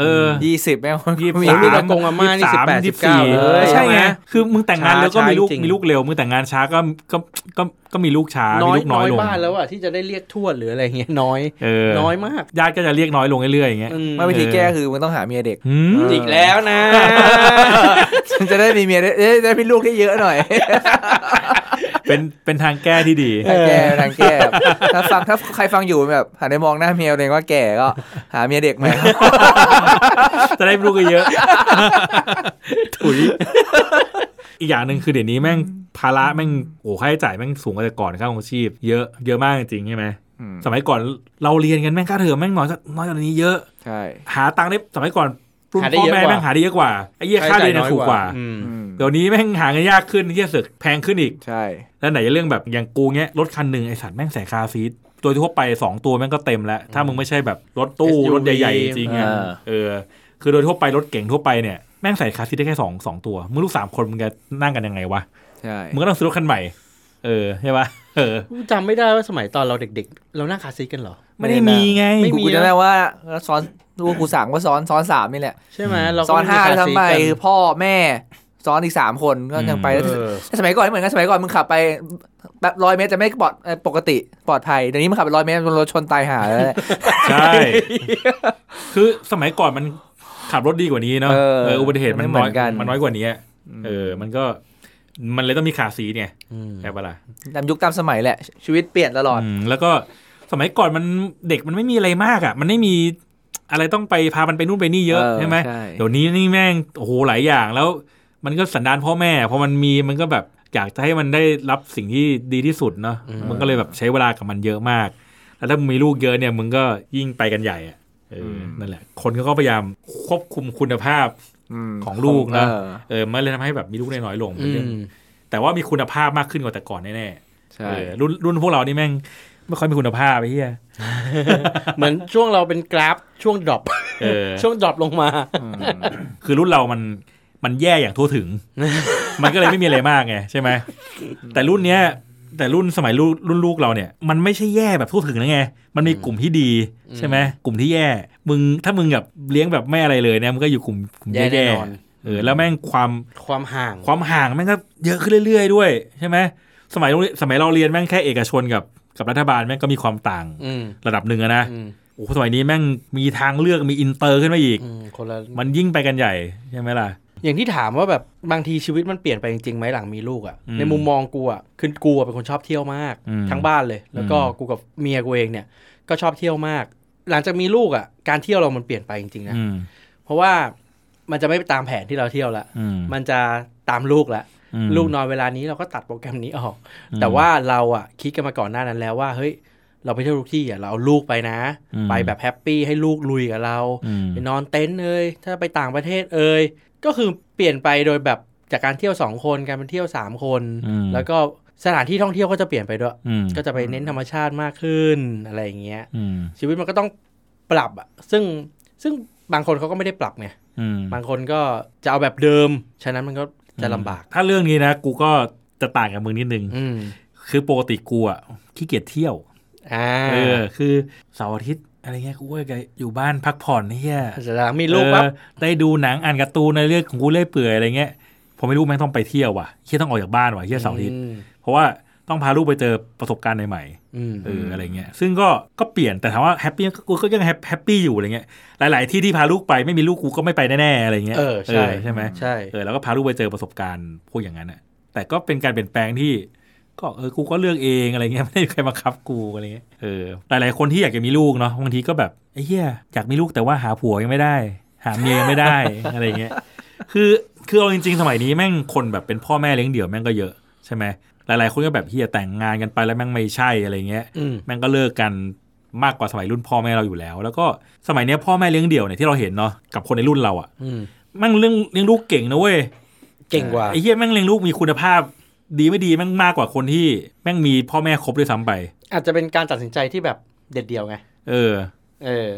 Speaker 1: เออ
Speaker 2: ยี่สิบแม่ง
Speaker 1: ยี่
Speaker 2: มี
Speaker 1: สาม
Speaker 2: ลูก
Speaker 3: ากงอาม่านี่18 19
Speaker 1: เออ
Speaker 2: เลย
Speaker 1: ใช่ไง
Speaker 3: ใช่ไหม
Speaker 1: คือมึงแต่งงานแล้วก็
Speaker 3: ช้า
Speaker 1: มีลูก
Speaker 3: จริง
Speaker 1: มีลูกเร็วมึงแต่งงานช้าก็ก็ก็ก็มีลูกช้า
Speaker 3: น้
Speaker 1: มี
Speaker 3: อย
Speaker 1: ลูกน้
Speaker 3: น้
Speaker 1: อ
Speaker 3: อย ย
Speaker 1: ลง
Speaker 3: บ้านแล้วอะที่จะได้เรียกทวดหรืออะไรเงี้ยน้อย
Speaker 1: เออ
Speaker 3: น้อยมาก
Speaker 1: ญาติก็จะเรียกน้อยลงเรื่อยๆอย่างเงี้ย
Speaker 3: อืม
Speaker 2: ไม่วิธีแก้คือมึงต้องหาเมียเด็ก
Speaker 1: หืม
Speaker 2: เอ
Speaker 3: อีกแล้วนะ
Speaker 2: ฉันจะได้มีเมียได้เอ้ยได้พี่ลูกที่เยอะหน่อย
Speaker 1: เป็นเป็นทางแก้ที่ดี
Speaker 2: ทางแก่ทางแก่ถ้าฟังถ้าใครฟังอยู่แบบหันไปมองหน้าเมียตัวเองว่าแก่ก็ หาเมียเด็กมา
Speaker 1: จะได้ลูกเยอะๆถุยอีกอย่างหนึ่งคือเดี๋ยวนี้แม่งภาระแม่งโอ้ค่าใช้จ่ายแม่งสูงกว่าแต่ก่อนค่าของชีพ เยอะเยอะมากจริงๆใช่ไหม
Speaker 2: อืม
Speaker 1: สมัยก่อนเราเรียนกันแม่งค่าเทอมแม่งน้อยกว่าน้อยกว่านี้เยอะ
Speaker 2: ใช่
Speaker 1: หาตังค์ได้สมัยก่อนรุ่น
Speaker 3: หาได้
Speaker 1: พ่อ
Speaker 3: เยอะ
Speaker 1: แม่
Speaker 3: กว่า
Speaker 1: แม่งหาได้เยอะกว่าไอ้เหี้ยค่าเรียนน่ะถูกกว่า
Speaker 3: อืม
Speaker 2: อืม
Speaker 1: เดี๋ยวนี้แม่งหาเงินยากขึ้นเที่ยเสึกแพงขึ้นอีก
Speaker 2: ใช่
Speaker 1: แล้วไหนจะเรื่องแบบอย่างกูเงี้ยรถคันหนึ่งไอสัตว์แม่งใส่คาร์ซีทตัวทั่วไป 2 ตัวแม่งก็เต็มแล้ว ถ้ามึงไม่ใช่แบบรถตู้
Speaker 3: SUV
Speaker 1: รถใหญ่ๆ จริงๆอะ
Speaker 2: อ่า
Speaker 1: เออ คือโดยทั่วไปรถเก่งทั่วไปเนี่ยแม่งใส่คาร์ซีทได้แค่สองสองตัว มึงลูกสามคนมึงจะนั่งกันยังไงวะ
Speaker 2: ใช่
Speaker 1: มึงก็ต้องซื้อรถคันใหม่ เออใช่ปะเออ
Speaker 3: จำไม่ได้ว่าสมัยตอนเราเด็กๆ เรานั่งคาร์ซีทกันเหรอ
Speaker 1: ไม่ได้มีไง
Speaker 3: ไม่มี
Speaker 2: กูกูจะได้ว่าซ้อนลูกกูสั่งว่าซ้อนซ้อนสามนี่แหละ
Speaker 3: ใช่ไหมเราก็
Speaker 2: ซ้อนห้า
Speaker 3: ม่มีค
Speaker 2: ทำไป
Speaker 3: ร์ซีท
Speaker 2: คือพ่อแม่ซ้อนอีกสามคนก็ยังไป
Speaker 1: อืม
Speaker 2: แล้ว
Speaker 3: เออ
Speaker 2: แต่สมัยก่อนไม่เหมือนกันสมัยก่อนมึงขับไปแบบร้อยเมตรจะไม่ปลอดเอ่อปกติปลอดภัยเดี๋ยวนี้มึงขับไป ร้อยเมตรรถชนตายหาแล้ว
Speaker 1: ใช่ คือสมัยก่อนมัน ขับรถดีกว่านี้เนาะ
Speaker 2: เออ
Speaker 1: เอออุบัติเหตุมัน
Speaker 2: ไม่เหมื
Speaker 1: น้
Speaker 2: อ
Speaker 1: อย
Speaker 2: นกัน
Speaker 1: มันน้อยกว่านี้อะเออ มันก็มันเลยต้องมีขาสีเนี่ย
Speaker 3: อืม
Speaker 1: แอบเวลา
Speaker 2: ตามยุคตามสมัยแหละ ชีวิตเปลี่ยนตลอด
Speaker 1: อืมแล้วก็สมัยก่อนมันเด็กมันไม่มีอะไรมากอ่ะ มันไม่มีอะไรต้องไปพามันไปนู่นไปนี่เยอะ
Speaker 2: เออ
Speaker 1: ใช่ไหม
Speaker 2: ใช่
Speaker 1: เดี๋ยวนี้นี่แม่งโอ้โหหลายอย่างแล้ว มันก็สันดานพ่อแม่พอมันมีมันก็แบบอยากจะให้มันได้รับสิ่งที่ดีที่สุดเนาะมันก็เลยแบบใช้เวลากับมันเยอะมาก แล้วถ้ามึงมีลูกเยอะเนี่ยมึงก็ยิ่งไปกันใหญ่อ่ะเอออนั่นแหละ คนก็พยายามควบคุมคุณภาพ
Speaker 2: ม
Speaker 1: ของลูกนะ
Speaker 2: เออ
Speaker 1: เออมันเลยทำให้แบบมีลูกได้น้อยลง
Speaker 3: อืม
Speaker 1: แต่ว่ามีคุณภาพมากขึ้นกว่าแต่ก่อนแน่ๆ
Speaker 2: ใช่
Speaker 1: เออรุ่นรุ่นพวกเรานี่แม่งไม่ค่อยมีคุณภาพไอ้เหี้ย
Speaker 3: เหมือนช่วงเราเป็นกราฟช่วงด รอป
Speaker 1: เออ
Speaker 3: ช่วงดรอปลงมา
Speaker 1: คือรุ่นเรามันมันแย่อย่างทั่ว ถึง มันก็เลยไม่มีอะไรมากไงใช่ไหมแต่รุ่นเนี้ย แต่รุ่นสมัยรุ่นรุ่นลูกเราเนี่ย มันไม่ใช่แย่แบบทั่วถึงนะไง มันมีกลุ่มที่ดีใช่ไหมกลุ่มที่แย่ มึงถ้ามึงแบบเลี้ยงแบบไม่อะไรเลยเนี่ยมึงก็อยู่กลุ่มกลุ่ม
Speaker 3: แย่แน่
Speaker 1: แย่
Speaker 3: นอน
Speaker 1: ๆเออแล้วแม่งความ
Speaker 3: ความห่าง
Speaker 1: ความห่างแม่งก็เยอะขึ้นเรื่อยๆด้วยใช่ไหมสมัยโรงเรียนสมัยเราเรียนแม่งแค่เอกชนกับกับรัฐบาลแม่งก็มีความต่าง
Speaker 3: อืม
Speaker 1: ระดับหนึ่งอะนะ
Speaker 3: อืม
Speaker 1: โอ้โหสมัยนี้แม่งมีทางเลือกมีอินเตอร์ขึ้นมาอีก
Speaker 3: อืมคนละ
Speaker 1: มันยิ่งไปกันใหญ่ใช่ไหมล่ะ
Speaker 3: อย่างที่ถามว่าแบบบางทีชีวิตมันเปลี่ยนไปจริงๆไหมหลังมีลูกอะ่ะ
Speaker 1: อืม
Speaker 3: ในมุมมองกูอะ่ะคือกูอะเป็นคนชอบเที่ยวมาก
Speaker 1: อืม
Speaker 3: ทั้งบ้านเลย แล้วก็
Speaker 1: อืม
Speaker 3: กูกับเมียกูเองเนี่ยก็ชอบเที่ยวมาก หลังจากมีลูกอะ่ะการเที่ยวเรามันเปลี่ยนไปจริงๆนะ
Speaker 1: อืม
Speaker 3: เพราะว่ามันจะไม่ไปตามแผนที่เราเที่ยวละ
Speaker 1: อืม
Speaker 3: มันจะตามลูกละ
Speaker 1: อืม
Speaker 3: ลูกนอนเวลานี้เราก็ตัดโปรแกรมนี้ออก
Speaker 1: อืม
Speaker 3: แต่ว่าเราอะ่ะคิดกันมาก่อนหน้านั้นแล้วว่าเฮ้ยเราไปเที่ยวทุกที่อะ่ะเราเอาลูกไปนะ
Speaker 1: อืม
Speaker 3: ไปแบบแฮปปี้ให้ลูกลุยกับเรา
Speaker 1: อืม
Speaker 3: ไปนอนเต็นท์เอ่ยถ้าไปต่างประเทศเอ่ยก็คือเปลี่ยนไปโดยแบบจากการเที่ยวสองคนการเป็นเที่ยวสามคน
Speaker 1: อืม
Speaker 3: แล้วก็สถานที่ท่องเที่ยวก็จะเปลี่ยนไปด้วย
Speaker 1: อืม
Speaker 3: ก็จะไปเน้นธรรมชาติมากขึ้นอะไรอย่างเงี้ย
Speaker 1: อืม
Speaker 3: ชีวิตมันก็ต้องปรับอะซึ่งซึ่งบางคนเขาก็ไม่ได้ปรับไง
Speaker 1: อืม
Speaker 3: บางคนก็จะเอาแบบเดิม ฉะนั้นมันก็จะลำบาก
Speaker 1: ถ้าเรื่องนี้นะ กูก็จะต่างกับมึงนิดนึง
Speaker 3: อืม
Speaker 1: คือปกติกูอ่ะขี้เกียจเที่ยว
Speaker 3: อ่า
Speaker 1: เออ คือเสาร์อาทิตย์อะไรเงี้ยกูก็อยู่บ้านพักผ่อนเฮีย
Speaker 3: แต่หลังมีลูกปั๊บ
Speaker 1: เออได้ดูหนังอ่านการ์ตูนในเรื่องของกูเล่อยเปื่อยอะไรเงี้ยผมไม่รู้แม่งต้องไปเที่ยวว่ะเฮียต้องออกจากบ้านว่ะเฮียเสาร์อาทิตย์
Speaker 3: อืม
Speaker 1: เพราะว่าต้องพาลูกไปเจอประสบการณ์ใหม่ๆ
Speaker 3: อืม
Speaker 1: เอออะไรเงี้ย ซึ่งก็ก็เปลี่ยนแต่ถามว่าแฮปปี้กูก็ยังแฮปแฮปปี้อยู่อะไรเงี้ยหลาย ๆ ที่ที่พาลูกไปไม่มีลูกกูก็ไม่ไปแน่ๆอะไรเงี้ย
Speaker 3: เออใช่
Speaker 1: ใช่ไหม
Speaker 3: ใช่
Speaker 1: เออแล้วก็พาลูกไปเจอประสบการณ์พวกอย่างนั้นอ่ะแต่ก็เป็นการเปลี่ยนแปลงที่ ก็เออกูก็เลือกเองอะไรเงี้ยไม่ ได้มีใครบังคับกูอะไรเงี้ยเออหลาย ๆ คนที่อยากจะมีลูกเนาะบางทีก็แบบไอ้เหี้ยอยากมีลูกแต่ว่าหาผัวยังไม่ได้ หาเมียยังไม่ได้ อะไรเงี้ย คือคือเอาจริง ๆ สมัยนี้แม่งคนแบบเป็นพ่อแม่เลี้ยงเดี่ยวแม่งก็เยอะใช่ไหมหลาย ๆ คนก็แบบเฮียแต่งงานกันไปแล้วแม่งไม่ใช่อะไรเงี้ย
Speaker 3: อืม
Speaker 1: แม่งก็เลิกกันมากกว่าสมัยรุ่นพ่อแม่เราอยู่แล้ว แล้วก็สมัยเนี้ยพ่อแม่เลี้ยงเดี่ยวเนี่ยที่เราเห็นเนาะกับคนในรุ่นเราอะ่ะ
Speaker 3: อืม
Speaker 1: แม่งเลี้ยงเลี้ยงลูกเก่งนะเว้ย
Speaker 3: เก่งกว่า
Speaker 1: ไอ้เหี้ยแม่งเลี้ยงลูกมีคุณภาพ ดีไม่ดีแม่งมากกว่าคนที่แม่งมีพ่อแม่ครบด้วยซ้ำไป
Speaker 3: อาจจะเป็นการตัดสินใจที่แบบเด็ดเดียวไง
Speaker 1: เออ
Speaker 3: เออ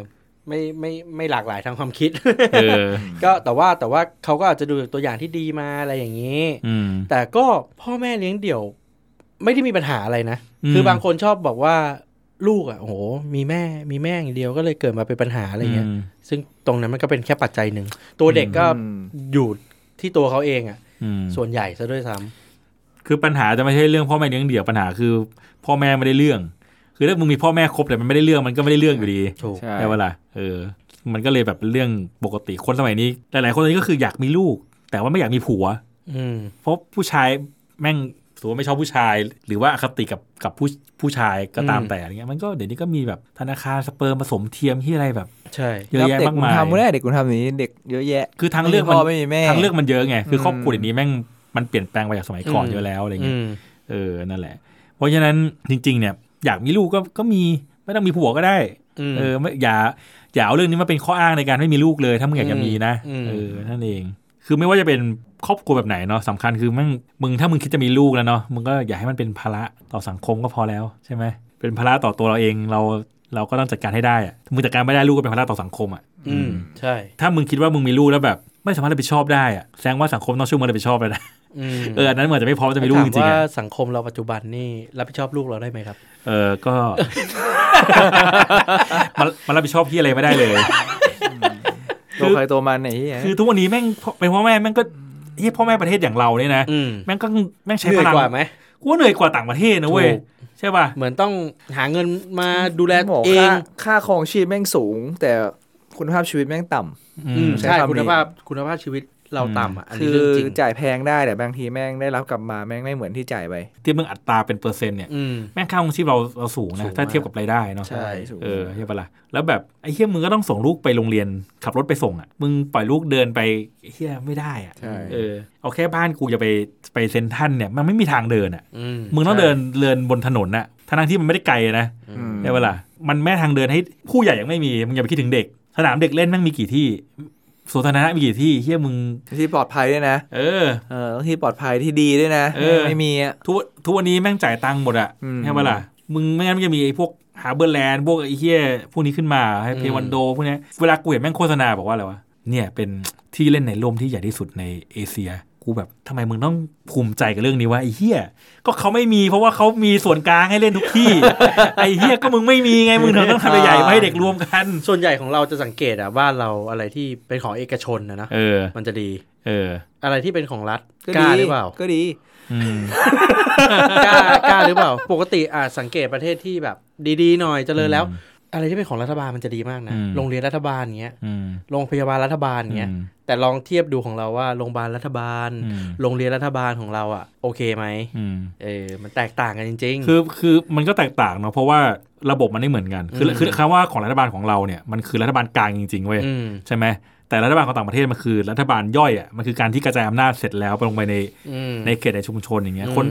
Speaker 3: ไม่ไม่ไม่หลากหลายทางความคิด
Speaker 1: เออ
Speaker 3: ก็แต่ว่าแต่ว่าเขาก็อาจจะดูตัวอย่างที่ดีมาอะไรอย่างนี้
Speaker 1: อืม
Speaker 3: แต่ก็พ่อแม่เลี้ยงเดี่ยว ไม่ได้มีปัญหาอะไรนะ
Speaker 1: อืม
Speaker 3: คือบางคนชอบบอกว่าลูกอ่ะโอ้โหมีแม่มีแม่อย่างเดียวก็เลยเกิดมาเป็นปัญหาอะไรเงี้ย
Speaker 1: ม
Speaker 3: ซึ่งตรงนั้นมันก็เป็นแค่ปัจจัยหนึ่ง ตัวเด็กก็
Speaker 2: อืม
Speaker 3: อยู่ที่ตัวเขาเองอ่ะ
Speaker 1: อืม
Speaker 3: ส่วนใหญ่ซะด้วยซ้
Speaker 1: คือปัญหาจะไม่ใช่เรื่องพ่อแม่เลี้ยงเดี่ยวปัญหาคือ พ่อแม่ไม่ได้เรื่อง คือถ้ามึงมีพ่อแม่ครบแต่มันไม่ได้เรื่องมันก็ไม่ได้เรื่องอยู่ดี
Speaker 3: ำถูก
Speaker 2: ใช่
Speaker 1: ใช่เวลาเออ มันก็เลยแบบเป็นเรื่องปกติคนสมัยนี้ หลาย ๆ คนตอนนี้ก็คืออยากมีลูก แต่ว่าไม่อยากมีผัว
Speaker 3: อืม
Speaker 1: เพราะผู้ชายแม่งสมมติว่าไม่ชอบผู้ชาย หรือว่าอคติกับกับผู้ผู้ชายก็ตามแต่อะไรเงี้ยมันก็เดี๋ยวนี้ก็มีแบบธนาคารสเปิร์มผสมเทียมที่อะไรแบบ
Speaker 3: ใช่
Speaker 1: เยอะแยะมากมาย
Speaker 2: เด็คุณทำไม่ได้เด็กคุณทำอย่างนี้เด็กเยอะแยะ
Speaker 1: คือทางเลือกมั
Speaker 2: ไม่
Speaker 1: น
Speaker 2: มีพ่อไม่มีแม่
Speaker 1: ทางเลือกมันเยอะไงคือครอบครัวเดี๋ยวนี้แม่งมันเปลี่ยนแปลงไปจากสมัยก่อน
Speaker 3: อืม
Speaker 1: เยอะแล้วอะไรเงี้ย
Speaker 3: อืม
Speaker 1: เออนั่นแหละ เพราะฉะนั้นจริง ๆ เนี่ย อยากมีลูกก็ก็มีไม่ต้องมีผัวก็ได้
Speaker 3: อืม
Speaker 1: เออไม่อย่าอย่าเอาเรื่องนี้มาเป็นข้ออ้างในการไม่มีลูกเลย ถ้ามึงอยากจะมีนะ
Speaker 3: อืม
Speaker 1: เออนั่นเอง คือไม่ว่าจะเป็นครอบครัวแบบไหนเนาะสำคัญคือมึงมึงถ้ามึงคิดจะมีลูกแล้วเนาะมึงก็อย่าให้มันเป็นภาระต่อสังคมก็พอแล้วใช่ไหมเป็นภาระต่อตัวเราเองเราเราก็ต้องจัดการให้ได้อะมึงจัดการไม่ได้ลูกก็เป็นภาระต่อสังคมอะ
Speaker 3: อืมใช่
Speaker 1: ถ้ามึงคิดว่ามึงมีลูกแล้วแบบ ไม่สามารถรับผิดชอบได้อะแสดงว่าสังคมต้องช่วยมึงรับผิดชอบเลยนะ
Speaker 3: อืม
Speaker 1: เอออันนั้นเหมือนจะไม่พร้อมจะมีลูกจริงๆ
Speaker 3: ถาว่า
Speaker 1: อะ
Speaker 3: สังคมเราปัจจุบันนี่รับผิดชอบลูกเราได้ไหมครับ
Speaker 1: เออก็ มันมันรับผิดชอบที่อะไรไม่ได้เลย
Speaker 2: ตัวใครตัวมันไหนเฮีย
Speaker 1: คือทุกวันนี้แม่งเป็นพ่อแม่แม่งก็เฮ้ยพ่อแม่ประเทศอย่างเราเนี่ยนะ
Speaker 3: อืม
Speaker 1: แม่งก็แม่งใช้
Speaker 3: เหนื่
Speaker 1: พ
Speaker 3: อย
Speaker 1: ลัง
Speaker 3: กว่าไหม
Speaker 1: กูว่าเหนื่อยกว่าต่างประเทศนะเว้ย
Speaker 3: ถูก
Speaker 1: ใช่ป่ะ
Speaker 3: เหมือนต้องหาเงินมาดูแล
Speaker 2: หมอ
Speaker 3: เอ
Speaker 2: ค่าง ค่าครองชีพแม่งสูง แต่ คุณภาพชีวิตแม่งต่ำ
Speaker 1: อืม
Speaker 2: ใช้
Speaker 3: ใช่
Speaker 2: คำนี้
Speaker 3: คุณภาพคุณภาพชีวิตเราต่ำอ่ะอัน
Speaker 2: คื
Speaker 3: นี้
Speaker 2: อ
Speaker 3: เรื่องจริง
Speaker 2: จ่ายแพงได้แต่บางทีแม่งได้รับกลับมาแม่งไม่เหมือนที่จ่ายไป
Speaker 1: เทียบเรื่องอัตราเป็นเปอร์เซ็นต์เนี่ย
Speaker 3: อืม
Speaker 1: แม่งค่าของชีพเราเราสูง
Speaker 2: สู
Speaker 1: นะ
Speaker 2: ง
Speaker 1: ถ้าเทียบ
Speaker 2: มาก
Speaker 1: กับรายได้เนาะ
Speaker 3: ใช่
Speaker 2: ถูก
Speaker 1: เออใช่ปะล่ะแล้วแบบไอ้เฮียมึงก็ต้องส่งลูกไปโรงเรียนขับรถไปส่งอ่ะ มึงปล่อยลูกเดินไปไอ้เฮียไม่ได้อ่ะ
Speaker 2: ใช่
Speaker 1: เออเอาแค่บ้านกูจะไปไปเซนทรันเนี่ยมันไม่มีทางเดินอ่ะ
Speaker 3: อื
Speaker 1: มึงต้องเดินเดินบนถนนน่ะทั้งๆที่มันไม่ได้ไกลนะ
Speaker 2: ม
Speaker 1: ใช่ปะล่ะมันแม่ทางเดินให้ผู้ใหญ่ยังไม่มีมึงอย่าไปคิดถึงเด็ก สนามเด็กเล่นแม่งมีกี่ที่สวนสาธารณะมีกี่ที่เฮียมึง
Speaker 2: ที่ปลอดภัยด้วยนะ
Speaker 1: เออ
Speaker 2: เออต้องที่ปลอดภัยที่ดีด้วยนะ
Speaker 1: เออ
Speaker 2: ไม่มีอ่ะ
Speaker 1: ทุกทุกวันนี้แม่งจ่ายตังค์หมดอะ
Speaker 2: อืม
Speaker 1: ใช่ปะล่ะ มึงไม่งั้นมันจะมีไอ้พวกหาเบอร์แลนด์พวกไอ้เหี้ยพวกนี้ขึ้นมาให้เพวันโดพวกเนี้ยเวลากูเห็นแม่งโฆษณาบอกว่าอะไรวะ เนี่ยเป็นที่เล่นในร่มที่ใหญ่ที่สุดในเอเชีย กูแบบทำไมมึงต้องภูมิใจกับเรื่องนี้วะไอ้เหี้ยก็เขาไม่มีเพราะว่าเขามีส่วนกลางให้เล่นทุกที่ ไอ้เหี้ยก็มึงไม่มีไงมึงถึงต้องทำใหญ่ๆมาให้เด็กรวมกัน
Speaker 3: ส่วนใหญ่ของเราจะสังเกตอ่ะบ้านเราอะไรที่เป็นของเอกชนนะนะ
Speaker 1: เออ
Speaker 3: มันจะดี
Speaker 1: เออ
Speaker 3: อะไรที่เป็นของรัฐ
Speaker 2: ก็
Speaker 3: ก
Speaker 2: ดี
Speaker 3: ล้าหรือเปล่า
Speaker 2: ก็ดี
Speaker 1: อืม
Speaker 3: กล้ากล้าหรือเปล่า ปกติอ่ะสังเกตประเทศที่แบบ ดีๆหน่อยเจริญแล้ว อะไรที่เป็นของรัฐบาลมันจะดีมากนะ
Speaker 1: อืม
Speaker 3: โรงเรียนรัฐบาลเงี้ย
Speaker 1: อืม
Speaker 3: โรงพยาบาลรัฐบาลเงี้ยแต่ลองเทียบดูของเราว่าโรงพยาบาลรัฐบาล
Speaker 1: อืม
Speaker 3: โรงเรียนรัฐบาลของเราอ่ะโอเคไหม
Speaker 1: อืม
Speaker 3: เออมันแตกต่างกันจริง ๆ
Speaker 1: คือคือมันก็แตกต่างเนาะเพราะว่าระบบมันไม่เหมือนกัน คือ
Speaker 3: อืม
Speaker 1: คือคำว่าของรัฐบาลของเราเนี่ยมันคือรัฐบาลกลางจริงๆเว้ย
Speaker 3: ม
Speaker 1: ใช่ไหมแต่รัฐบาลของต่างประเทศมันคือรัฐบาลย่อยอ่ะมันคือการที่กระจายอำนาจเสร็จแล้วไปลงไปใน
Speaker 3: อืม
Speaker 1: ในเขตในชุมชนอย่างเงี้ย
Speaker 3: อืม
Speaker 1: คน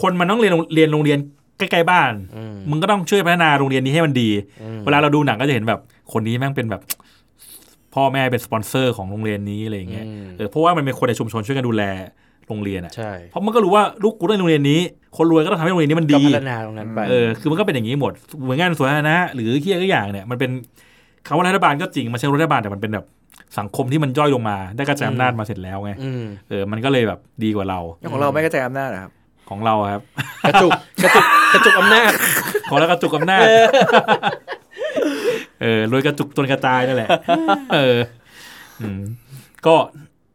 Speaker 1: คนมันต้องเรียนโรงเรียนโรงเรียนใกล้ๆบ้าน
Speaker 3: อืม
Speaker 1: มึงก็ต้องช่วยพัฒนาโรงเรียนนี้ให้มันดี
Speaker 3: อืม
Speaker 1: เวลาเราดูหนังก็จะเห็นแบบคนนี้แม่งเป็นแบบ พ่อแม่เป็นสปอนเซอร์ของโรงเรียนนี้อะไรอย่างเงี้ย
Speaker 3: อืม
Speaker 1: เออเพราะว่ามันเป็นคนในชุมชนช่วยกันดูแลโรงเรียนอ่ะ
Speaker 3: ใช่
Speaker 1: เพราะมันก็รู้ว่าลูกกูได้โรงเรียนนี้ คนรวยก็ต้องทำให้โรงเรียนนี้มัน
Speaker 3: ก็
Speaker 1: ดี
Speaker 3: พัฒนาตรงนั้นไป
Speaker 1: เออ คือมันก็เป็นอย่างนี้หมดเหมือนงานสวนสาธารณะหรือเที่ยก็อย่างเนี่ย มันเป็นคำว่ารัฐบาลก็จริงมันใช่รัฐบาลแต่มันเป็นแบบสังคมที่มันย่อยลงมา ได้กระจายอำนาจมาเสร็จแล้วไง
Speaker 3: ม
Speaker 1: เออ มันก็เลยแบบดีกว่าเรา
Speaker 2: ของเราไม่กระจายอำนาจเหรอครับ
Speaker 1: ของเราครับ
Speaker 3: กระจุกกระจุกกระจุกอำนาจ
Speaker 1: ของเรากระจุกอำนา จ เออรวยกระจุกจนกระจายนั่นแหละ เอออืมก็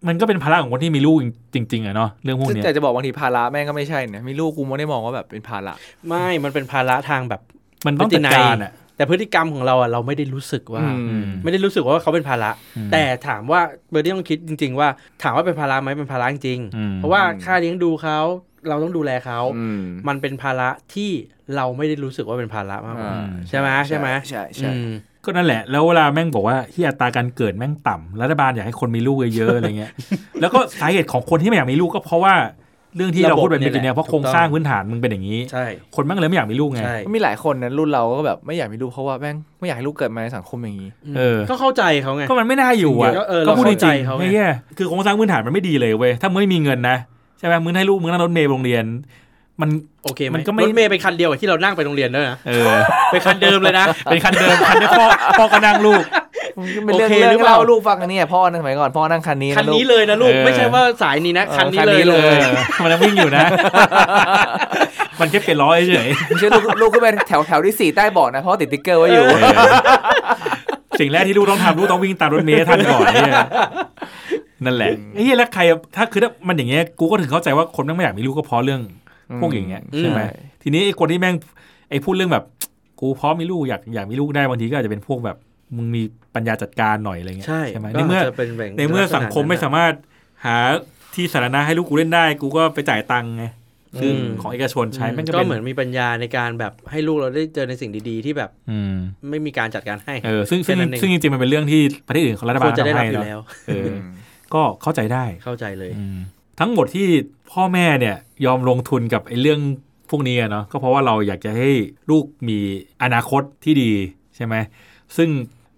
Speaker 1: มันก็เป็นภาระของคนที่มีลูกจริง ๆอะเนาะเรื่องพวกเนี้ย
Speaker 2: แต่จะบอกบางทีภาระแม่งก็ไม่ใช่นะมีลูกกูไม่ได้มองว่าแบบเป็นภาระ
Speaker 3: ไม่มันเป็นภาระทางแบบ
Speaker 1: มันต้องจัดการอะ
Speaker 3: แต่พฤติกรรมของเราอ่ะเราไม่ได้รู้สึกว่า
Speaker 2: อืม
Speaker 3: ไม่ได้รู้สึกว่าเขาเป็นภาระ
Speaker 1: อืม
Speaker 3: แต่ถามว่าเบอร์ดี้ต้องคิดจริง ๆ ว่า ถามว่าเป็นภาระไหมเป็นภาระจริงๆ
Speaker 1: อืม
Speaker 3: เพราะว่าค่าเลี้ยงดูเขาเราต้องดูแลเขา
Speaker 2: อืม
Speaker 3: มันเป็นภาระที่เราไม่ได้รู้สึกว่าเป็นภาระมากกว่า
Speaker 2: อ่า
Speaker 3: ใช่ไหมใช่ไหม
Speaker 2: ใช่ใช่
Speaker 3: อืม
Speaker 1: ก็นั่นแหละ แล้วเวลาแม่งบอกว่าที่อัตราการเกิดแม่งต่ำรัฐบาลอยากให้คนมีลูกเยอะๆอะไรเงี้ย แล้วก็สาเหตุของคนที่ไม่อยากมีลูกก็เพราะว่าเรื่องที่เราพูดไปเมื่อกี้เนี่ยเพราะโครงสร้างพื้นฐานมึงเป็นอย่างนี้
Speaker 3: ใช่
Speaker 1: คนแม่งเลยไม่อยากมีลูกไง
Speaker 3: ใช่
Speaker 2: มีหลายคนนะรุ่นเราก็แบบไม่อยากมีลูกเพราะว่าแม่งไม่อยากให้ลูกเกิดมาในสังคมอย่างนี้
Speaker 1: เออ
Speaker 3: ก็เข้าใจเขาไง
Speaker 1: ก็มันไม่น่าอยู่อ่ะ
Speaker 3: ก็เออ
Speaker 1: ก็พูดจ
Speaker 3: เราเข้าใจ
Speaker 1: ริงๆ
Speaker 3: เขาไง
Speaker 1: ไม่แย่คือโครงสร้างพื้นฐานมันไม่ดีเลยเว้ยถ้ามึงไม่มีเงินนะใช่ไหมมึงให้ลูกมึงนั่งรถเมล์ไปโรงเรียน มัน
Speaker 3: โอเคไหม
Speaker 1: มันก็ไม่
Speaker 3: รถเมย์ไปคันเดียวกับที่เรานั่งไปโรงเรียนด้วยนะ
Speaker 1: เอ อ
Speaker 3: ไปคันเดิมเลยนะ
Speaker 1: เป็นคันเดิมคันที่พ่อพ่อก็นั่งลูก
Speaker 2: เป็นเรื่อง
Speaker 3: โอเค
Speaker 2: เรื่
Speaker 3: หรือ อง เปล่า
Speaker 2: เล่าลูกฟังอันนี้พ่อนั่งสมัยก่อนพ่อนั่งคันนี้
Speaker 3: คัน
Speaker 2: นะลู
Speaker 3: นี้
Speaker 2: ก
Speaker 3: เลยนะลูก
Speaker 1: เออ
Speaker 3: ไม่ใช่ว่าสายนี้นะ
Speaker 2: เออ
Speaker 3: คันนี้
Speaker 2: คัน
Speaker 3: เล
Speaker 2: นี้
Speaker 3: ยเล
Speaker 2: เลย
Speaker 1: เอย อมันยังวิ่งอยู่นะ มันแค่เปลี่ยนล้อเฉยๆ
Speaker 2: เชื่อลูกลูกก็เป็นแถวแถวที่สี่ใต้เบาะนะเพราะว่าติดติ๊กเกอร์ไว้อยู่
Speaker 1: เออสิ่งแรกที่ลูกต้องทำลูกต้องวิ่งตามรถเมล์ให้ทันก่อนเนี่ยนั่นแหละไอ้เหี้ยแล้วใครถ้าคือถ้ามันอย่างเงี้ยกูก็ถึงเข้าใจว่าคนแม่งไม่อยากมีลูกก็เพราะเรื่องพวกอย่างเงี้ยใช่ไหม
Speaker 2: ใช่
Speaker 1: ทีนี้ไอ้คนที่แม่งไอ้พูดเรื่องแบบ กูพร้อมมีลูกอยากอยากมีลูกได้บางทีก็อาจจะเป็นพวกแบบมึงมีปัญญาจัดการหน่อยอะไรเงี้ย
Speaker 3: ใช่
Speaker 1: ไหม
Speaker 3: ก็
Speaker 1: ในเมื่อ
Speaker 3: าจจะป็แหล่
Speaker 1: ในเมื่อสังคมไม่
Speaker 3: ลักษณะ
Speaker 1: สา
Speaker 3: นั้นน่ะ
Speaker 1: มารถหาที่สาธารณะให้ลูกกูเล่นได้ กูก็ไปจ่ายตังค์ไงซึ่ง
Speaker 3: อืม
Speaker 1: ของเอกชนใช้แม่งก็
Speaker 3: ก็
Speaker 1: เป็น
Speaker 3: เหมือนมีปัญญาในการแบบให้ลูกเราได้เจอในสิ่งดีๆ ที่แบบ
Speaker 1: อืม
Speaker 3: ไม่มีการจัดการให้
Speaker 1: เออซึ่งซึ่ง
Speaker 3: แค่นั้นเอง
Speaker 1: ซึ่งจริงๆมันเป็นเรื่องที่ประเทศอื่นของรัฐ
Speaker 3: ค
Speaker 1: บาว ล
Speaker 3: รจะได้รับ
Speaker 1: ทำให้
Speaker 3: อยู่
Speaker 1: เนาะ
Speaker 3: แล้ว
Speaker 1: เออก็เข้าใจได้
Speaker 3: เข้าใจเลย
Speaker 1: ทั้งหมดที่พ่อแม่เนี่ยยอมลงทุนกับไอ้เรื่องพวกนี้อะเนาะก็เพราะว่าเราอยากจะให้ลูกมีอนาคตที่ดีใช่ไหมซึ่ง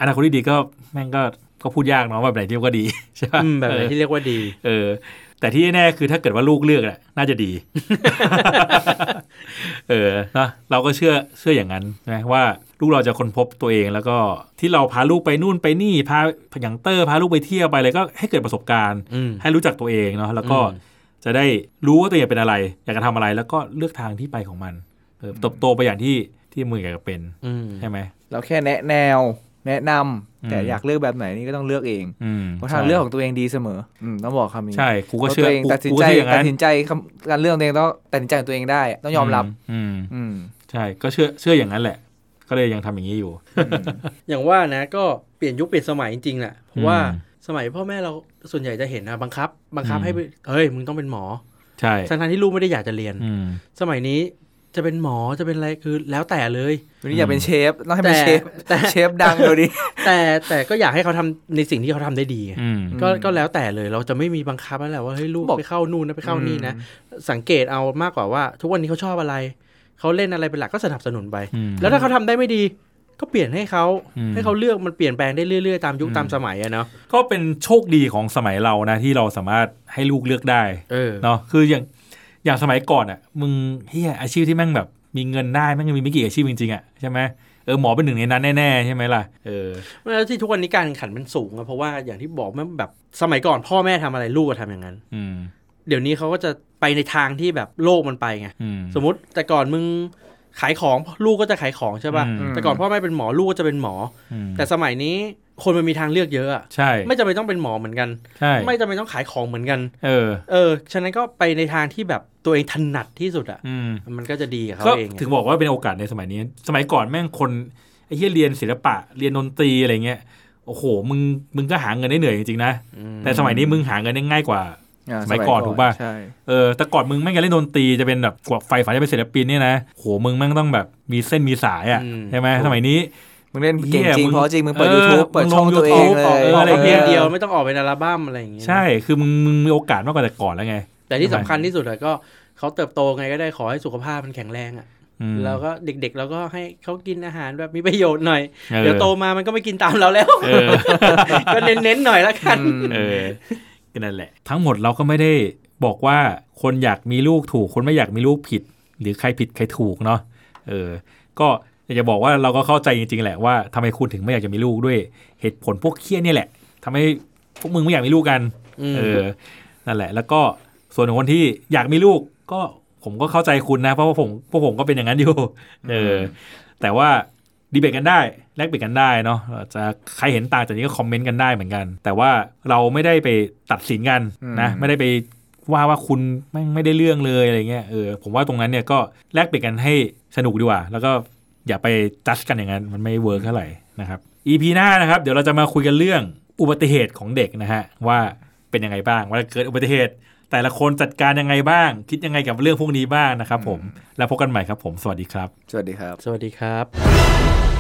Speaker 1: อนาคตที่ดีก็แม่งก็ก็พูดยากเนาะว่าแบบไหนที่ก็ดี ใช่ปะ
Speaker 3: อืมแบบไหนที่เรียกว่าดี
Speaker 1: เออ แต่ที่แน่ๆคือถ้าเกิดว่าลูกเลือกน่ะน่าจะดี เออนะเราก็เชื่อเชื่ออย่างนั้นนะว่าลูกเราจะค้นพบตัวเองแล้วก็ที่เราพาลูกไปนู่นไปนี่พาอย่างเตอร์พาลูกไปเที่ยวไปอะไรก็ให้เกิดประสบการณ์
Speaker 3: อืม
Speaker 1: ให้รู้จักตัวเองเนาะแล้วก็
Speaker 3: อืม
Speaker 1: จะได้รู้ว่าตัวเองเป็นอะไร อยากจะทำอะไรแล้วก็เลือกทางที่ไปของมันเออเติบโตไปอย่างที่ที่มึงอยากจะเป็น
Speaker 3: อืม
Speaker 1: ใช่ไหม
Speaker 2: เราแค่แนะแนว แนะนำแต่
Speaker 1: อืม
Speaker 2: อยากเลือกแบบไหนนี่ก็ต้องเลือกเอง
Speaker 1: อืม
Speaker 2: เพราะทางเลือกของตัวเองดีเสมออืมต้องบอกคำนี้
Speaker 1: ใช่กูก็
Speaker 2: เพราะ
Speaker 1: เชื่อ
Speaker 2: ตัวเอง
Speaker 1: กู
Speaker 2: ตัดสิน
Speaker 1: กู
Speaker 2: ใจ
Speaker 1: ก็เชื่ออย่าง
Speaker 2: ตั
Speaker 1: นั้
Speaker 2: ด
Speaker 1: น
Speaker 2: สินใจคำการเลือกตัวเองต้องตัดสินใจของตัวเองได้ ต้องยอมรับ
Speaker 1: อืม
Speaker 2: อืม
Speaker 1: ใช่ก็เชื่อเชื่ออย่างนั้นแหละ ก็เลยยังทำอย่างนี้อยู่
Speaker 3: อย่างว่านะก็เปลี่ยนยุคเปลี่ยนสมัยจริงๆแหละเพราะว่า
Speaker 1: อืม
Speaker 3: สมัยพ่อแม่เราส่วนใหญ่จะเห็นนะบังคับ บังคับ
Speaker 1: อืม
Speaker 3: ให้ไปเฮ้ยมึงต้องเป็นหมอ
Speaker 1: ใช่
Speaker 3: ทั้งๆที่ลูกไม่ได้อยากจะเรียน
Speaker 1: อืม
Speaker 3: สมัยนี้จะเป็นหมอจะเป็นอะไรคือแล้วแต่เลย
Speaker 2: วันนี้อยากเป็นเชฟต้องให้เป็น
Speaker 3: แต่
Speaker 2: เชฟ
Speaker 3: แต่
Speaker 2: เชฟดังเลยดิ
Speaker 3: แต่แต่ก็อยากให้เขาทำในสิ่งที่เขาทำได้ดีไง
Speaker 1: อืม
Speaker 3: ก็
Speaker 2: อืม
Speaker 3: ก็แล้วแต่เลยเราจะไม่มีบังคับแล้วแหละว่าเฮ้ยลูก
Speaker 2: บอก
Speaker 3: ไปเข้านู่นนะไปเข้านี่นะ สังเกตเอามากกว่าว่า ทุกวันนี้เขาชอบอะไร เขาเล่นอะไรเป็นหลักก็สนับสนุนไป
Speaker 1: อืม
Speaker 3: แล้วถ้าเขาทำได้ไม่ดี ก็เปลี่ยนให้เขา
Speaker 1: อืม
Speaker 3: ให้เขาเลือกมันเปลี่ยนแปลงได้เรื่อยๆตามยุคตามสมัยอะเนาะ
Speaker 1: ก็เป็นโชคดีของสมัยเรานะ ที่เราสามารถให้ลูกเลือกได้
Speaker 3: เออ
Speaker 1: เนาะคืออย่างอย่างสมัยก่อนอ่ะ มึงเฮียอาชีพที่แม่งแบบ มีเงินได้แม่งมีไม่กี่อาชีพจริงๆอ่ะใช่ไหมเออหมอเป็นหนึ่งในนั้นแน่ๆใช่ไหมล่ะเออ
Speaker 3: แล้วที่ทุกวันนี้การแข่งขันมันสูงอะเพราะว่าอย่างที่บอกมันแบบสมัยก่อนพ่อแม่ทำอะไรลูกก็ทำอย่างนั้น
Speaker 1: อืม
Speaker 3: เดี๋ยวนี้เขาก็จะไปในทางที่แบบโลกมันไปไง
Speaker 1: อืม
Speaker 3: สมมติแต่ก่อนมึงขายของลูกก็จะขายของใช่ป่ะ
Speaker 1: อืม
Speaker 3: แต่ก่อนพ่อแม่เป็นหมอลูกก็จะเป็นหมอ
Speaker 1: อืม
Speaker 3: อแต่สมัยนี้คนมันมีทางเลือกเยอะอะ
Speaker 1: ใช่
Speaker 3: ไม่จำเป็นต้องเป็นหมอเหมือนกัน
Speaker 1: ใช่
Speaker 3: ไม่จำเป็นต้องขายของเหมือนกัน
Speaker 1: เออ
Speaker 3: เออ ฉะนั้นก็ไปในทางที่แบบตัวเองถนัดที่สุดอะ
Speaker 1: อืม
Speaker 3: มันก็จะดีกับ
Speaker 1: ก็
Speaker 3: เขาเองไง
Speaker 1: ถึงบอกว่าเป็นโอกาสในสมัยนี้ สมัยก่อนแม่งคนไอ้ที่เรียนศิลปะเรียนดนตรีอะไรเงี้ยโอ้โห มึงมึงก็หาเงินได้เหนื่อยจริงๆนะ
Speaker 3: อืม
Speaker 1: แต่สมัยนี้มึงหาเงินได้ง่ายกว่า
Speaker 2: า
Speaker 1: สมัยก่อนถูกป่ะ
Speaker 2: ใช่
Speaker 1: เออแต่ก่อนมึงแม่งจะเล่นดนตรีจะเป็นแบบกว่าไฟฝันจะเป็นศิลปินเนี่ยนะโหมึงแม่งต้องแบบมีเส้นมีสายอ่ะใช่ไหมสมัยนี้
Speaker 2: มึงเล่นเก่ง
Speaker 1: เหี้ย
Speaker 2: จริง
Speaker 1: มึง
Speaker 2: เพราะจริงมึงเปิด
Speaker 1: เออ
Speaker 2: YouTube เปิดช่อง
Speaker 1: มึงลง
Speaker 2: ตัวเองเล
Speaker 1: YouTube ออ
Speaker 2: ย
Speaker 3: ออก
Speaker 1: อะไร
Speaker 3: เพล
Speaker 1: เงี้ย
Speaker 3: งเดียวไม่ต้องออกเป็นอัลบั้มอะไรอย่างเงี้ย
Speaker 1: ใช่คือมึงมึงมีโอกาสมากกว่าแต่ก่อนแล้วไง
Speaker 3: แต่ที่
Speaker 1: ทำไม
Speaker 3: สำคัญที่สุดอะก็เขาเติบโตไงก็ได้ขอให้สุขภาพมันแข็งแรงอะ
Speaker 1: อืม
Speaker 3: แล้วก็เด็กๆ แล้วก็ให้เขากินอาหารแบบมีประโยชน์หน่อย
Speaker 1: ออ
Speaker 3: เดี๋ยวโตมามันก็ไม่กินตามเราแล้ว
Speaker 1: เอ อ
Speaker 3: ก็เน้นๆหน่อยละกัน
Speaker 2: อืม
Speaker 1: เออก็นั่นแหละ ทั้งหมดเราก็ไม่ได้บอกว่าคนอยากมีลูกถูก คนไม่อยากมีลูกผิด หรือใครผิดใครถูกเนาะเออ ก็อยากจะบอกว่าเราก็เข้าใจจริงๆแหละว่าทำไมคุณถึงไม่อยากจะมีลูกด้วย เหตุผลพวกเครียดเนี่ยแหละทำให้พวกมึงไม่อยากมีลูกกัน
Speaker 3: อืม
Speaker 1: เออ นั่นแหละ แล้วก็ส่วนของคนที่อยากมีลูก ก็ผมก็เข้าใจคุณนะ เพราะว่าผมพวกผมก็เป็นอย่างนั้นอยู่ เออ แต่ว่าดีเบตกันได้ แลกเปลี่ยนกันได้เนาะเอ่อจะใครเห็นต่างจากนี้ก็คอมเมนต์กันได้เหมือนกัน แต่ว่าเราไม่ได้ไปตัดสินกันนะ
Speaker 2: อืม
Speaker 1: ไม่ได้ไปว่าว่าคุณแม่งไม่ได้เรื่องเลยอะไรเงี้ย เออ ผมว่าตรงนั้นเนี่ยก็แลกเปลี่ยนกันให้สนุกดีกว่า แล้วก็อย่าไปจัดกันอย่างนั้น มันไม่เวิร์กเท่าไหร่นะครับ EP หน้านะครับ เดี๋ยวเราจะมาคุยกันเรื่องอุบัติเหตุของเด็กนะฮะว่าเป็นยังไงบ้างว่าเกิดอุบัติเหตุ แต่ละคนจัดการยังไงบ้าง คิดยังไงกับเรื่องพวกนี้บ้างนะครับผม แล้วพบกันใหม่ครับผม สวัสดีครับ
Speaker 2: สวัสดีครับ
Speaker 3: สวัสดีครับ